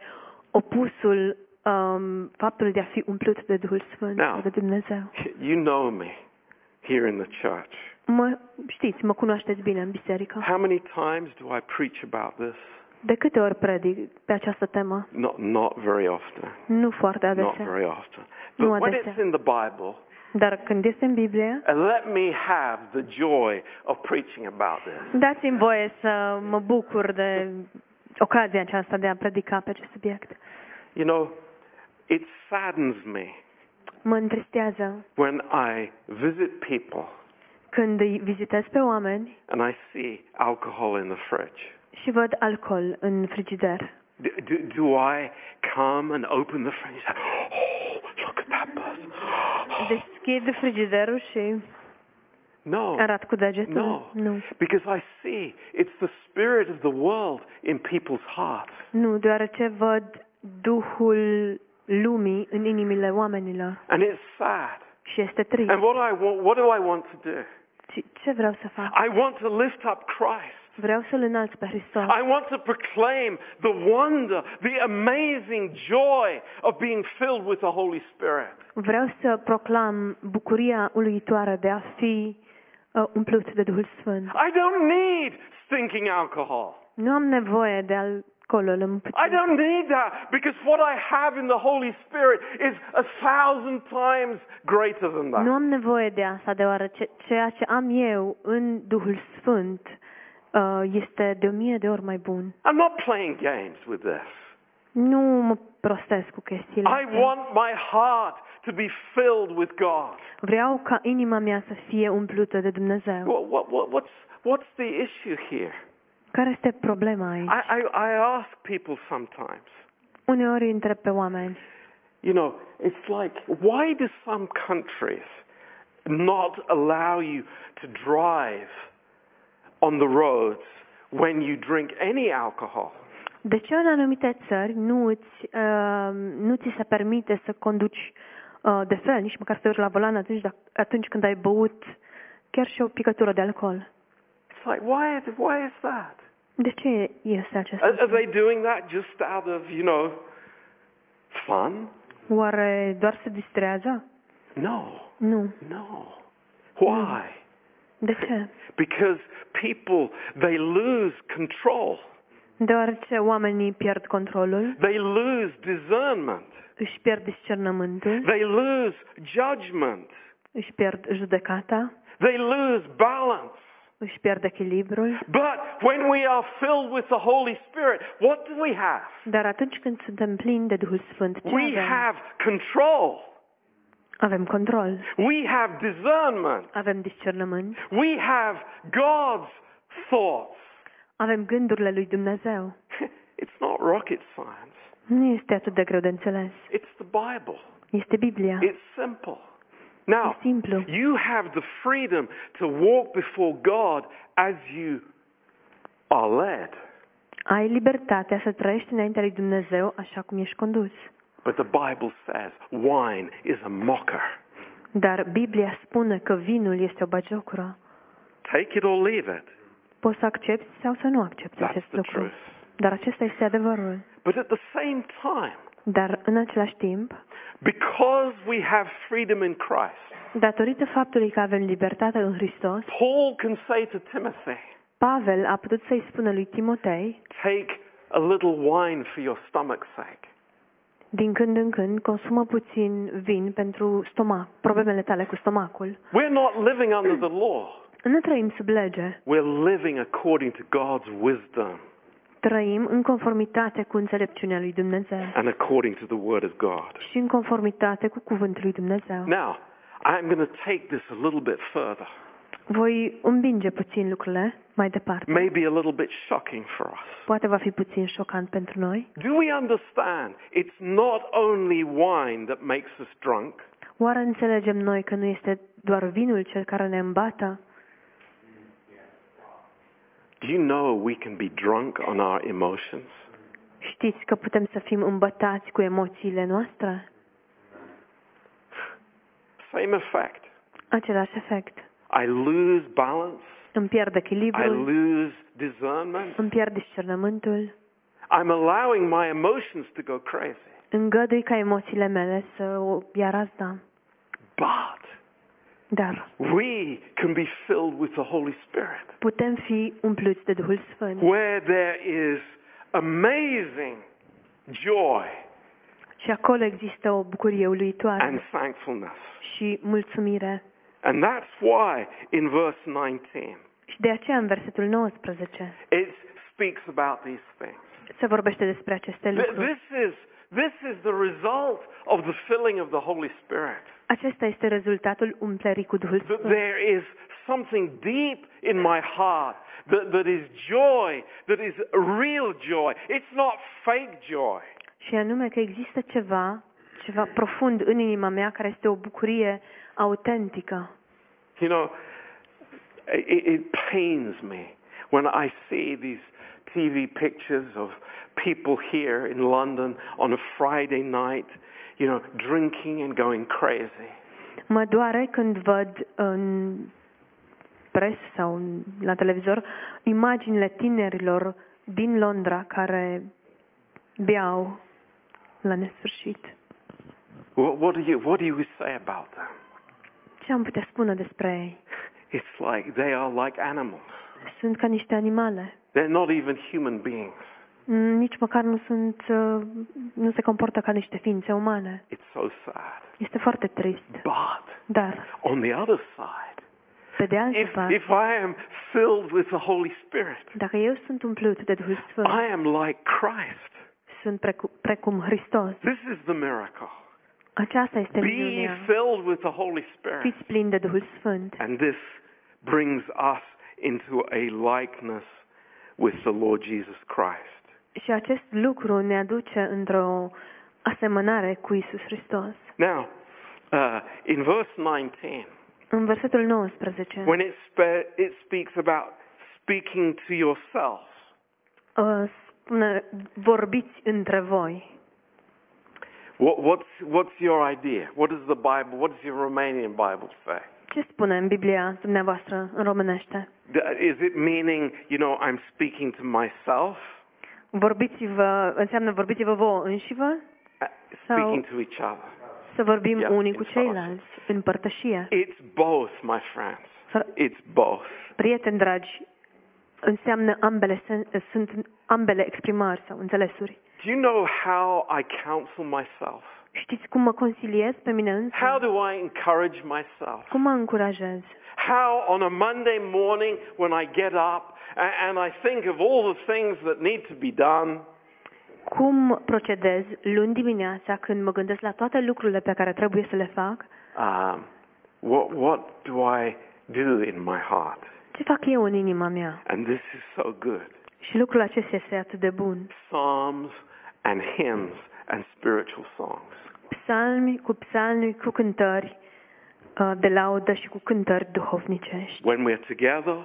Speaker 2: opusul um, faptul de a fi umplut de Duhul Sfânt,
Speaker 1: Da.
Speaker 2: de Dumnezeu.
Speaker 1: You know me here in the church.
Speaker 2: Mă, știți, mă cunoașteți bine în biserică.
Speaker 1: How many times do I preach about this?
Speaker 2: De câte ori predic pe această temă?
Speaker 1: Not, not very often.
Speaker 2: Nu foarte
Speaker 1: Not
Speaker 2: adesea.
Speaker 1: very often.
Speaker 2: Nu
Speaker 1: But when
Speaker 2: adesea.
Speaker 1: it's in the Bible,
Speaker 2: Dar când este în Biblie,
Speaker 1: and let me have the joy of preaching about this.
Speaker 2: dați-mi voie să mă bucur de ocazia aceasta de a predica pe acest subiect.
Speaker 1: You know, it saddens me
Speaker 2: Mă întristează
Speaker 1: when I visit people
Speaker 2: când îi vizitez pe oameni
Speaker 1: and I see alcohol in the fridge.
Speaker 2: și văd alcool în frigider.
Speaker 1: Do, do, do I come and open the fridge? and say, Oh, look at that person.
Speaker 2: Deschid frigiderul și
Speaker 1: No,
Speaker 2: arat cu degetul.
Speaker 1: no,
Speaker 2: Nu.
Speaker 1: because I see it's the spirit of the world in people's hearts.
Speaker 2: Nu, deoarece văd Duhul lumii în inimile oamenilor.
Speaker 1: And it's sad.
Speaker 2: Și este trist.
Speaker 1: And what, I want, what do I want to do?
Speaker 2: Și ce vreau să fac?
Speaker 1: I want to lift up Christ.
Speaker 2: Vreau să-L înalț pe Hristos.
Speaker 1: I want to proclaim the wonder, the amazing joy of being filled with the Holy Spirit.
Speaker 2: Vreau să proclam bucuria uluitoare de a fi uh, umplut de Duhul Sfânt.
Speaker 1: I don't need stinking alcohol.
Speaker 2: Nu am nevoie de alcoolul în puțin.
Speaker 1: I don't need that because what I have in the Holy Spirit is a thousand times greater than
Speaker 2: Nu
Speaker 1: that.
Speaker 2: am nevoie de asta, deoarece ceea ce am eu în Duhul Sfânt uh, este de o mie de ori mai bun.
Speaker 1: I'm not playing games with this.
Speaker 2: Nu mă prostesc cu chestiile
Speaker 1: I
Speaker 2: astea.
Speaker 1: want my heart to be filled with God.
Speaker 2: Vreau ca inima mea să fie umplută de Dumnezeu.
Speaker 1: What, what, what, what's, what's the issue here?
Speaker 2: Care este problema aici?
Speaker 1: I, I, I ask people sometimes.
Speaker 2: Uneori îi întreb pe oameni.
Speaker 1: You know, it's like, why do some countries not allow you to drive on the roads when you drink any alcohol?
Speaker 2: De ce în anumite țări nu, îți, uh, nu ți se permite să conduci uh, de fel, nici măcar să urci la volan atunci, dac- atunci când ai băut chiar și o picătură de alcool?
Speaker 1: It's like, why, why is that?
Speaker 2: De ce este acest
Speaker 1: Are, are
Speaker 2: lucru?
Speaker 1: they doing that just out of, you know, fun?
Speaker 2: Oare doar se distrează?
Speaker 1: No,
Speaker 2: Nu.
Speaker 1: no. Why?
Speaker 2: De ce?
Speaker 1: Because people, they lose control.
Speaker 2: Deoarece oamenii pierd controlul,
Speaker 1: They lose discernment.
Speaker 2: își pierd discernământul,
Speaker 1: They lose judgment.
Speaker 2: își pierd judecata,
Speaker 1: They lose balance.
Speaker 2: își pierd echilibrul.
Speaker 1: But when we are filled with the Holy Spirit, what do we have?
Speaker 2: Dar atunci când suntem plini de Duhul Sfânt, ce
Speaker 1: We
Speaker 2: avem?
Speaker 1: have control.
Speaker 2: Avem control,
Speaker 1: We have discernment.
Speaker 2: avem discernământ,
Speaker 1: We have God's thoughts.
Speaker 2: avem gândurile lui Dumnezeu.
Speaker 1: It's not rocket science.
Speaker 2: Nu este atât de greu de înțeles.
Speaker 1: It's the Bible.
Speaker 2: Este Biblia.
Speaker 1: It's simple. Now,
Speaker 2: E simplu.
Speaker 1: you have the freedom to walk before God as you are led.
Speaker 2: Ai libertatea să trăiești înaintea lui Dumnezeu așa cum ești condus.
Speaker 1: But the Bible says wine is a mocker.
Speaker 2: Dar Biblia spune că vinul este o bagiocură.
Speaker 1: Take it or leave it.
Speaker 2: Poți să accepti sau să nu accepti
Speaker 1: That's
Speaker 2: acest
Speaker 1: the
Speaker 2: lucru.
Speaker 1: truth.
Speaker 2: Dar acesta este adevărul.
Speaker 1: But at the same time,
Speaker 2: Dar în același timp,
Speaker 1: because we have freedom in Christ,
Speaker 2: datorită faptului că avem libertate în Hristos,
Speaker 1: Paul can say to Timothy,
Speaker 2: Pavel a putut să-i spună lui Timotei,
Speaker 1: take a little wine for your stomach's sake.
Speaker 2: din când în când, consumă puțin vin pentru stomac, problemele tale cu stomacul.
Speaker 1: We're not living under the law.
Speaker 2: Nu trăim sub lege,
Speaker 1: We're living according to God's wisdom
Speaker 2: Trăim în conformitate cu înțelepciunea lui Dumnezeu
Speaker 1: and according to the Word of God.
Speaker 2: și în conformitate cu cuvântul lui Dumnezeu.
Speaker 1: Now, I'm going to take this a little bit further,
Speaker 2: Voi îmbinge puțin lucrurile mai departe.
Speaker 1: maybe a little bit shocking for us.
Speaker 2: Poate va fi puțin șocant pentru noi.
Speaker 1: Do we understand it's not only wine that makes us drunk?
Speaker 2: Oare înțelegem noi că nu este doar vinul cel care ne îmbată?
Speaker 1: Do you know we can be drunk on our emotions?
Speaker 2: Știți că putem să fim îmbătați cu emoțiile noastre?
Speaker 1: Same effect.
Speaker 2: Același efect.
Speaker 1: I lose balance.
Speaker 2: Îmi pierd
Speaker 1: I
Speaker 2: echilibrul,
Speaker 1: lose discernment.
Speaker 2: îmi pierd discernământul,
Speaker 1: I'm allowing my emotions to go crazy.
Speaker 2: Îngădui ca emoțiile mele să o ia razna,
Speaker 1: But
Speaker 2: dar
Speaker 1: we can be filled with the Holy Spirit
Speaker 2: putem fi umpluți de Duhul Sfânt,
Speaker 1: where there is amazing joy
Speaker 2: și acolo există o bucurie
Speaker 1: and
Speaker 2: uluitoare
Speaker 1: thankfulness.
Speaker 2: și mulțumire.
Speaker 1: And that's why in verse 19
Speaker 2: Și de aceea în versetul 19
Speaker 1: it speaks about these things.
Speaker 2: se vorbește despre aceste
Speaker 1: Th-
Speaker 2: lucruri.
Speaker 1: This is, this is the result of the filling of the Holy Spirit.
Speaker 2: Acesta este rezultatul umplerii cu Duhul
Speaker 1: That
Speaker 2: Sfânt.
Speaker 1: there is something deep in my heart that, that is joy, that is real joy. It's not fake joy.
Speaker 2: Și anume că există ceva, ceva profund în inima mea care este o bucurie autentică.
Speaker 1: You know, it, it pains me when I see these TV pictures of people here in London on a Friday night, you know, drinking and going crazy.
Speaker 2: Mă doare când văd în pres sau în- la televizor imaginile tinerilor din Londra care beau la nesfârșit.
Speaker 1: What, what, do, you, what do you say about them?
Speaker 2: Ce am putea spune despre ei?
Speaker 1: It's like they are like animals.
Speaker 2: Sunt ca niște animale.
Speaker 1: They're not even human beings.
Speaker 2: Mm, Nici măcar nu sunt, uh, nu se comportă ca niște ființe umane.
Speaker 1: It's so sad.
Speaker 2: Este foarte trist.
Speaker 1: But
Speaker 2: Dar,
Speaker 1: on the other side,
Speaker 2: pe de
Speaker 1: if,
Speaker 2: altă parte,
Speaker 1: if I am filled with the Holy Spirit,
Speaker 2: dacă eu sunt umplut de Duhul Sfânt,
Speaker 1: I am like Christ.
Speaker 2: sunt precu- precum Hristos.
Speaker 1: This is the miracle.
Speaker 2: Aceasta este
Speaker 1: Be
Speaker 2: minunea.
Speaker 1: filled with the Holy Spirit.
Speaker 2: Fiți plini de Duhul Sfânt.
Speaker 1: And this brings us into a likeness with the Lord Jesus Christ.
Speaker 2: Și acest lucru ne aduce într-o asemănare cu Isus Hristos.
Speaker 1: Now, uh, in verse 19,
Speaker 2: În versetul 19
Speaker 1: when it, spe- it speaks about speaking to yourself,
Speaker 2: uh, spune, vorbiți între voi.
Speaker 1: what, what's, what's your idea? What does the Bible, what does your Romanian Bible say?
Speaker 2: Ce spune în Biblia dumneavoastră în românește?
Speaker 1: D- Is it meaning, you know, I'm speaking to myself,
Speaker 2: Vorbiți-vă, înseamnă vorbiți-vă vouă înșivă
Speaker 1: Uh,
Speaker 2: So-
Speaker 1: speaking to each other?
Speaker 2: să vorbim
Speaker 1: Ia,
Speaker 2: unii cu
Speaker 1: în fapt.
Speaker 2: ceilalți, în părtășie.
Speaker 1: It's both, my friends.
Speaker 2: Fr-
Speaker 1: It's both.
Speaker 2: Prieteni dragi, înseamnă ambele, sen- sunt ambele exprimări sau înțelesuri.
Speaker 1: Do you know how I counsel myself?
Speaker 2: Știți cum mă consiliez pe mine însă?
Speaker 1: How do I encourage myself?
Speaker 2: Cum mă încurajez?
Speaker 1: How on a Monday morning when I get up a- and I think of all the things that need to be done,
Speaker 2: Cum procedez luni dimineața când mă gândesc la toate lucrurile pe care trebuie să le fac?
Speaker 1: um, what, what do I do in my heart?
Speaker 2: Ce fac eu în inima mea?
Speaker 1: And this is so good.
Speaker 2: Și lucrul acesta este atât de bun.
Speaker 1: Psalms and hymns and spiritual songs.
Speaker 2: Psalmi cu psalmi, cu cântări uh, de laudă și cu cântări duhovnicești.
Speaker 1: When we're together,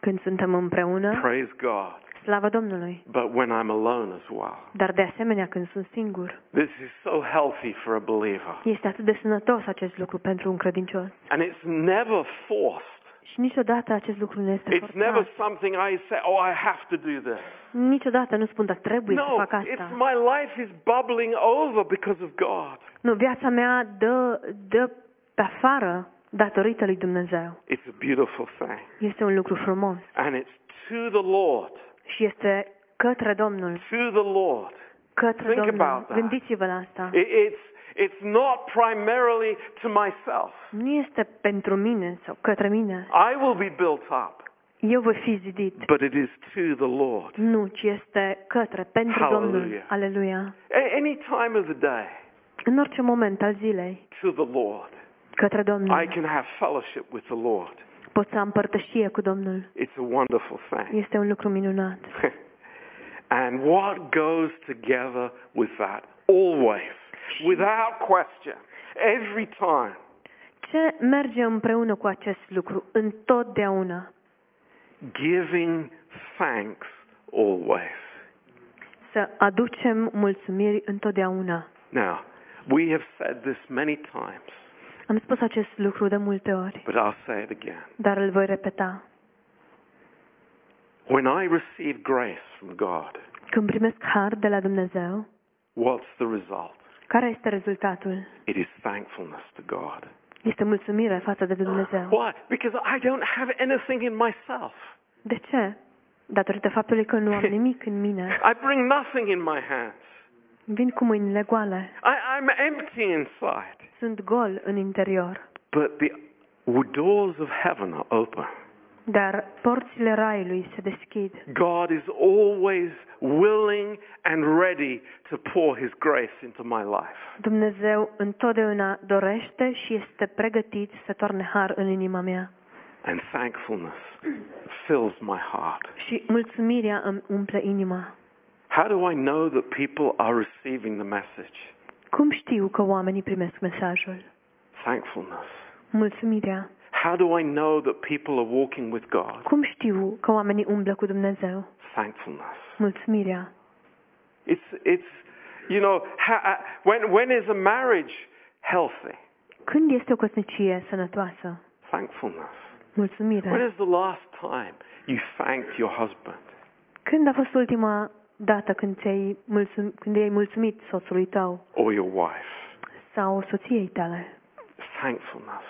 Speaker 2: Când suntem împreună,
Speaker 1: praise God.
Speaker 2: slava Domnului.
Speaker 1: But when I'm alone as well.
Speaker 2: Dar de asemenea când sunt singur.
Speaker 1: This is so healthy for a believer.
Speaker 2: Este atât de sănătos acest lucru pentru un credincios.
Speaker 1: And it's never forced.
Speaker 2: Și niciodată acest lucru nu este
Speaker 1: It's never
Speaker 2: forțat.
Speaker 1: something I say, oh, I have to do this.
Speaker 2: Niciodată nu spun, dar trebuie să
Speaker 1: No,
Speaker 2: fac
Speaker 1: it's
Speaker 2: asta.
Speaker 1: my life is bubbling over because of God.
Speaker 2: Nu, viața mea dă, dă pe afară datorită lui Dumnezeu.
Speaker 1: It's a beautiful thing.
Speaker 2: Este un lucru frumos
Speaker 1: And it's to the Lord.
Speaker 2: și este către Domnul,
Speaker 1: To the Lord.
Speaker 2: către
Speaker 1: Think about
Speaker 2: Domnul.
Speaker 1: that.
Speaker 2: Gândiți-vă la asta.
Speaker 1: It- It's, it's not primarily to myself.
Speaker 2: Nu este pentru mine sau către mine.
Speaker 1: I will be built up,
Speaker 2: Eu voi fi zidit.
Speaker 1: but it is to the Lord.
Speaker 2: Nu, ci este către, pentru
Speaker 1: Hallelujah.
Speaker 2: Domnul. Aleluia.
Speaker 1: A- any time of the day,
Speaker 2: În orice moment al zilei,
Speaker 1: to the Lord.
Speaker 2: către
Speaker 1: I
Speaker 2: Domnul.
Speaker 1: can have fellowship with the Lord.
Speaker 2: Pot să am părtășie cu Domnul.
Speaker 1: It's a wonderful thing.
Speaker 2: Este un lucru minunat.
Speaker 1: and what goes together with that? Always. Without question. Every time.
Speaker 2: Ce merge împreună cu acest lucru? Întotdeauna.
Speaker 1: Giving thanks always.
Speaker 2: Să aducem mulțumiri întotdeauna.
Speaker 1: Now, we have said this many times,
Speaker 2: Am spus acest lucru de multe ori,
Speaker 1: but I'll say it again.
Speaker 2: dar îl voi repeta.
Speaker 1: When I receive grace from God,
Speaker 2: Când primesc har de la Dumnezeu,
Speaker 1: what's the result?
Speaker 2: Care este rezultatul?
Speaker 1: It is thankfulness to God.
Speaker 2: Este mulțumire față de Dumnezeu.
Speaker 1: Why? Because I don't have anything in myself.
Speaker 2: De ce? Datorită faptului că nu am nimic în mine.
Speaker 1: I bring nothing in my hands.
Speaker 2: Vin cu mâinile goale.
Speaker 1: I, I'm empty inside.
Speaker 2: Sunt gol în interior.
Speaker 1: But the doors of heaven are open.
Speaker 2: Dar porțile raiului se deschid.
Speaker 1: God is always willing and ready to pour his grace into my life.
Speaker 2: Dumnezeu întotdeauna dorește și este pregătit să toarne har în inima mea.
Speaker 1: And thankfulness fills my heart.
Speaker 2: Și mulțumirea îmi umple inima.
Speaker 1: How do I know that people are receiving the message?
Speaker 2: Cum știu că oamenii primesc mesajul?
Speaker 1: Thankfulness.
Speaker 2: Mulțumirea.
Speaker 1: How do I know that people are walking with God?
Speaker 2: Cum știu că oamenii umblă cu Dumnezeu?
Speaker 1: Thankfulness.
Speaker 2: Mulțumirea.
Speaker 1: It's, it's you know, ha, uh, when, when is a marriage healthy?
Speaker 2: Când este o căsnicie sănătoasă?
Speaker 1: Thankfulness. When
Speaker 2: Mulțumirea.
Speaker 1: is the last time you thanked your husband?
Speaker 2: Când a fost ultima dată când, ți-ai mulțum- când i-ai mulțumit soțului tău
Speaker 1: or your wife.
Speaker 2: sau soției tale?
Speaker 1: Thankfulness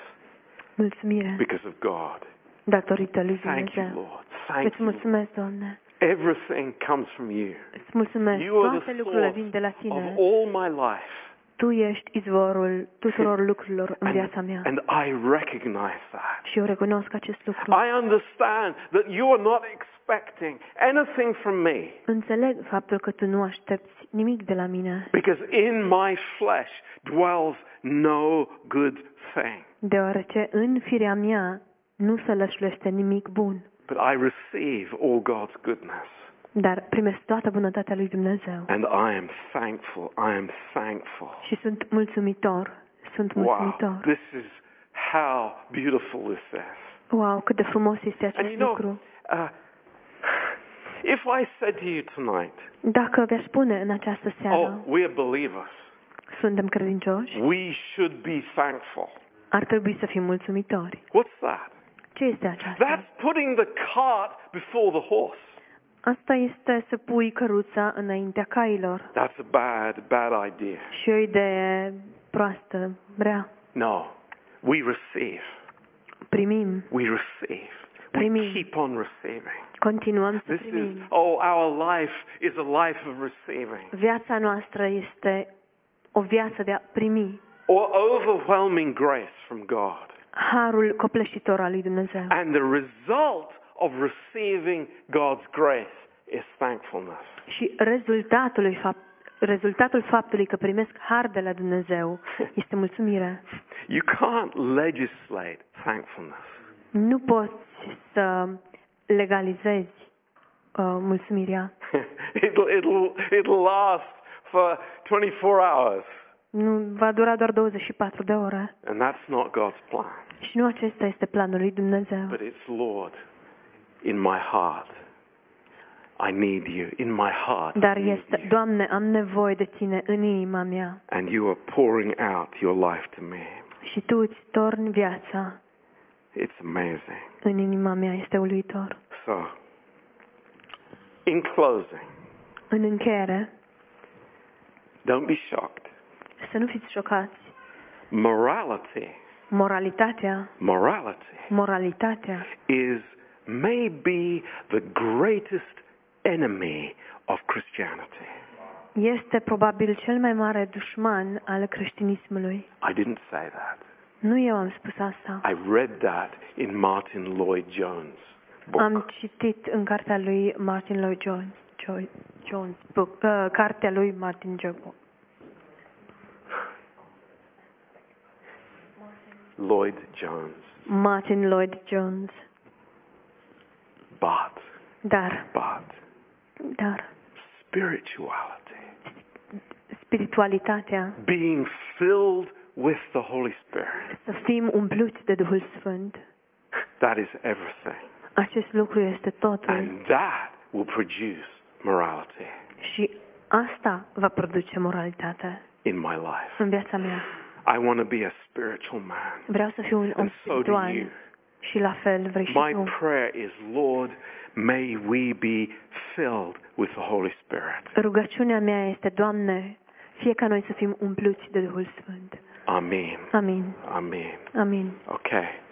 Speaker 2: Mulțumire.
Speaker 1: because of God.
Speaker 2: Datorită lui
Speaker 1: Thank you,
Speaker 2: Dumnezeu.
Speaker 1: Lord. Thank
Speaker 2: Îți
Speaker 1: you. Lord.
Speaker 2: mulțumesc, Doamne.
Speaker 1: Everything comes from you.
Speaker 2: Îți mulțumesc.
Speaker 1: You are
Speaker 2: Toate
Speaker 1: the
Speaker 2: lucrurile vin de la
Speaker 1: source
Speaker 2: tine.
Speaker 1: of all my life.
Speaker 2: Tu ești izvorul tuturor lucrurilor în viața
Speaker 1: And,
Speaker 2: mea.
Speaker 1: and I recognize that.
Speaker 2: Și eu recunosc acest lucru.
Speaker 1: I understand that you are not expecting anything from me
Speaker 2: Înțeleg faptul că tu nu aștepți nimic de la mine,
Speaker 1: because in my flesh dwells no good thing.
Speaker 2: deoarece în firea mea nu se lășluiește nimic bun,
Speaker 1: But I receive all God's goodness.
Speaker 2: dar primesc toată bunătatea lui Dumnezeu.
Speaker 1: And I am thankful. I am thankful.
Speaker 2: Și sunt mulțumitor, sunt
Speaker 1: Wow,
Speaker 2: mulțumitor.
Speaker 1: this is how beautiful this is.
Speaker 2: Wow, cât de frumos este
Speaker 1: And you
Speaker 2: acest
Speaker 1: know,
Speaker 2: lucru.
Speaker 1: uh, if I said to you tonight,
Speaker 2: Dacă vi-aș spune în această
Speaker 1: oh,
Speaker 2: seară,
Speaker 1: we are believers,
Speaker 2: suntem credincioși,
Speaker 1: we should be thankful.
Speaker 2: ar trebui să fim mulțumitori.
Speaker 1: What's that?
Speaker 2: Ce este aceasta?
Speaker 1: That's putting the cart before the horse.
Speaker 2: Asta este să pui căruța înaintea cailor.
Speaker 1: That's a bad, bad idea.
Speaker 2: Și o idee proastă, rea.
Speaker 1: No, we receive,
Speaker 2: Primim,
Speaker 1: we receive, we
Speaker 2: Primim.
Speaker 1: keep on receiving.
Speaker 2: continuăm să
Speaker 1: This is,
Speaker 2: primim.
Speaker 1: oh, our life is a life of receiving.
Speaker 2: Viața noastră este o viață de a primi
Speaker 1: or overwhelming grace from God.
Speaker 2: harul copleșitor al lui Dumnezeu.
Speaker 1: And the result of receiving God's grace is thankfulness.
Speaker 2: Și rezultatul, lui fapt- rezultatul faptului că primesc har de la Dumnezeu este mulțumire.
Speaker 1: You can't legislate thankfulness.
Speaker 2: Nu poți să legalizezi uh, mulțumirea.
Speaker 1: it'll, it'll, it'll last for 24 hours.
Speaker 2: Nu va dura doar 24 de ore.
Speaker 1: And that's not God's plan.
Speaker 2: Și nu acesta este planul lui Dumnezeu.
Speaker 1: But it's Lord, in my heart, I need you. In my heart, I
Speaker 2: Dar
Speaker 1: need
Speaker 2: este,
Speaker 1: you.
Speaker 2: Doamne, am nevoie de Tine în inima mea
Speaker 1: And you are pouring out your life to me.
Speaker 2: și Tu îți torni viața
Speaker 1: It's amazing.
Speaker 2: în inima mea. Este uluitor.
Speaker 1: So, in closing,
Speaker 2: În încheiere,
Speaker 1: Don't be shocked.
Speaker 2: să nu fiți șocați.
Speaker 1: Morality,
Speaker 2: Moralitatea,
Speaker 1: morality
Speaker 2: moralitatea
Speaker 1: is maybe the greatest enemy of Christianity.
Speaker 2: este probabil cel mai mare dușman al creștinismului.
Speaker 1: I didn't say that.
Speaker 2: Nu eu am spus asta.
Speaker 1: I read that in Martin Lloyd Jones' book.
Speaker 2: Am citit în cartea lui Martin Lloyd Jones, Jo- Jones book, uh, cartea lui Martin Jones.
Speaker 1: Lloyd Jones.
Speaker 2: Martin Lloyd Jones.
Speaker 1: But,
Speaker 2: Dar,
Speaker 1: but,
Speaker 2: dar,
Speaker 1: spirituality,
Speaker 2: spiritualitatea,
Speaker 1: being filled with the Holy Spirit,
Speaker 2: să fim umpluți de Duhul Sfânt,
Speaker 1: that is everything.
Speaker 2: acest lucru este totul
Speaker 1: And that will produce morality
Speaker 2: și asta va produce moralitate
Speaker 1: in my life.
Speaker 2: în viața mea.
Speaker 1: I want to be a spiritual man.
Speaker 2: Vreau să fiu un om
Speaker 1: And so do
Speaker 2: spiritual
Speaker 1: you.
Speaker 2: și la fel vrei și
Speaker 1: My
Speaker 2: tu.
Speaker 1: prayer is, Lord, may we be filled with the Holy Spirit.
Speaker 2: Rugăciunea mea este, Doamne, Fie ca noi să fim umpluți de Duhul Sfânt.
Speaker 1: Amen.
Speaker 2: Amin.
Speaker 1: Amen.
Speaker 2: Amin.
Speaker 1: Okay.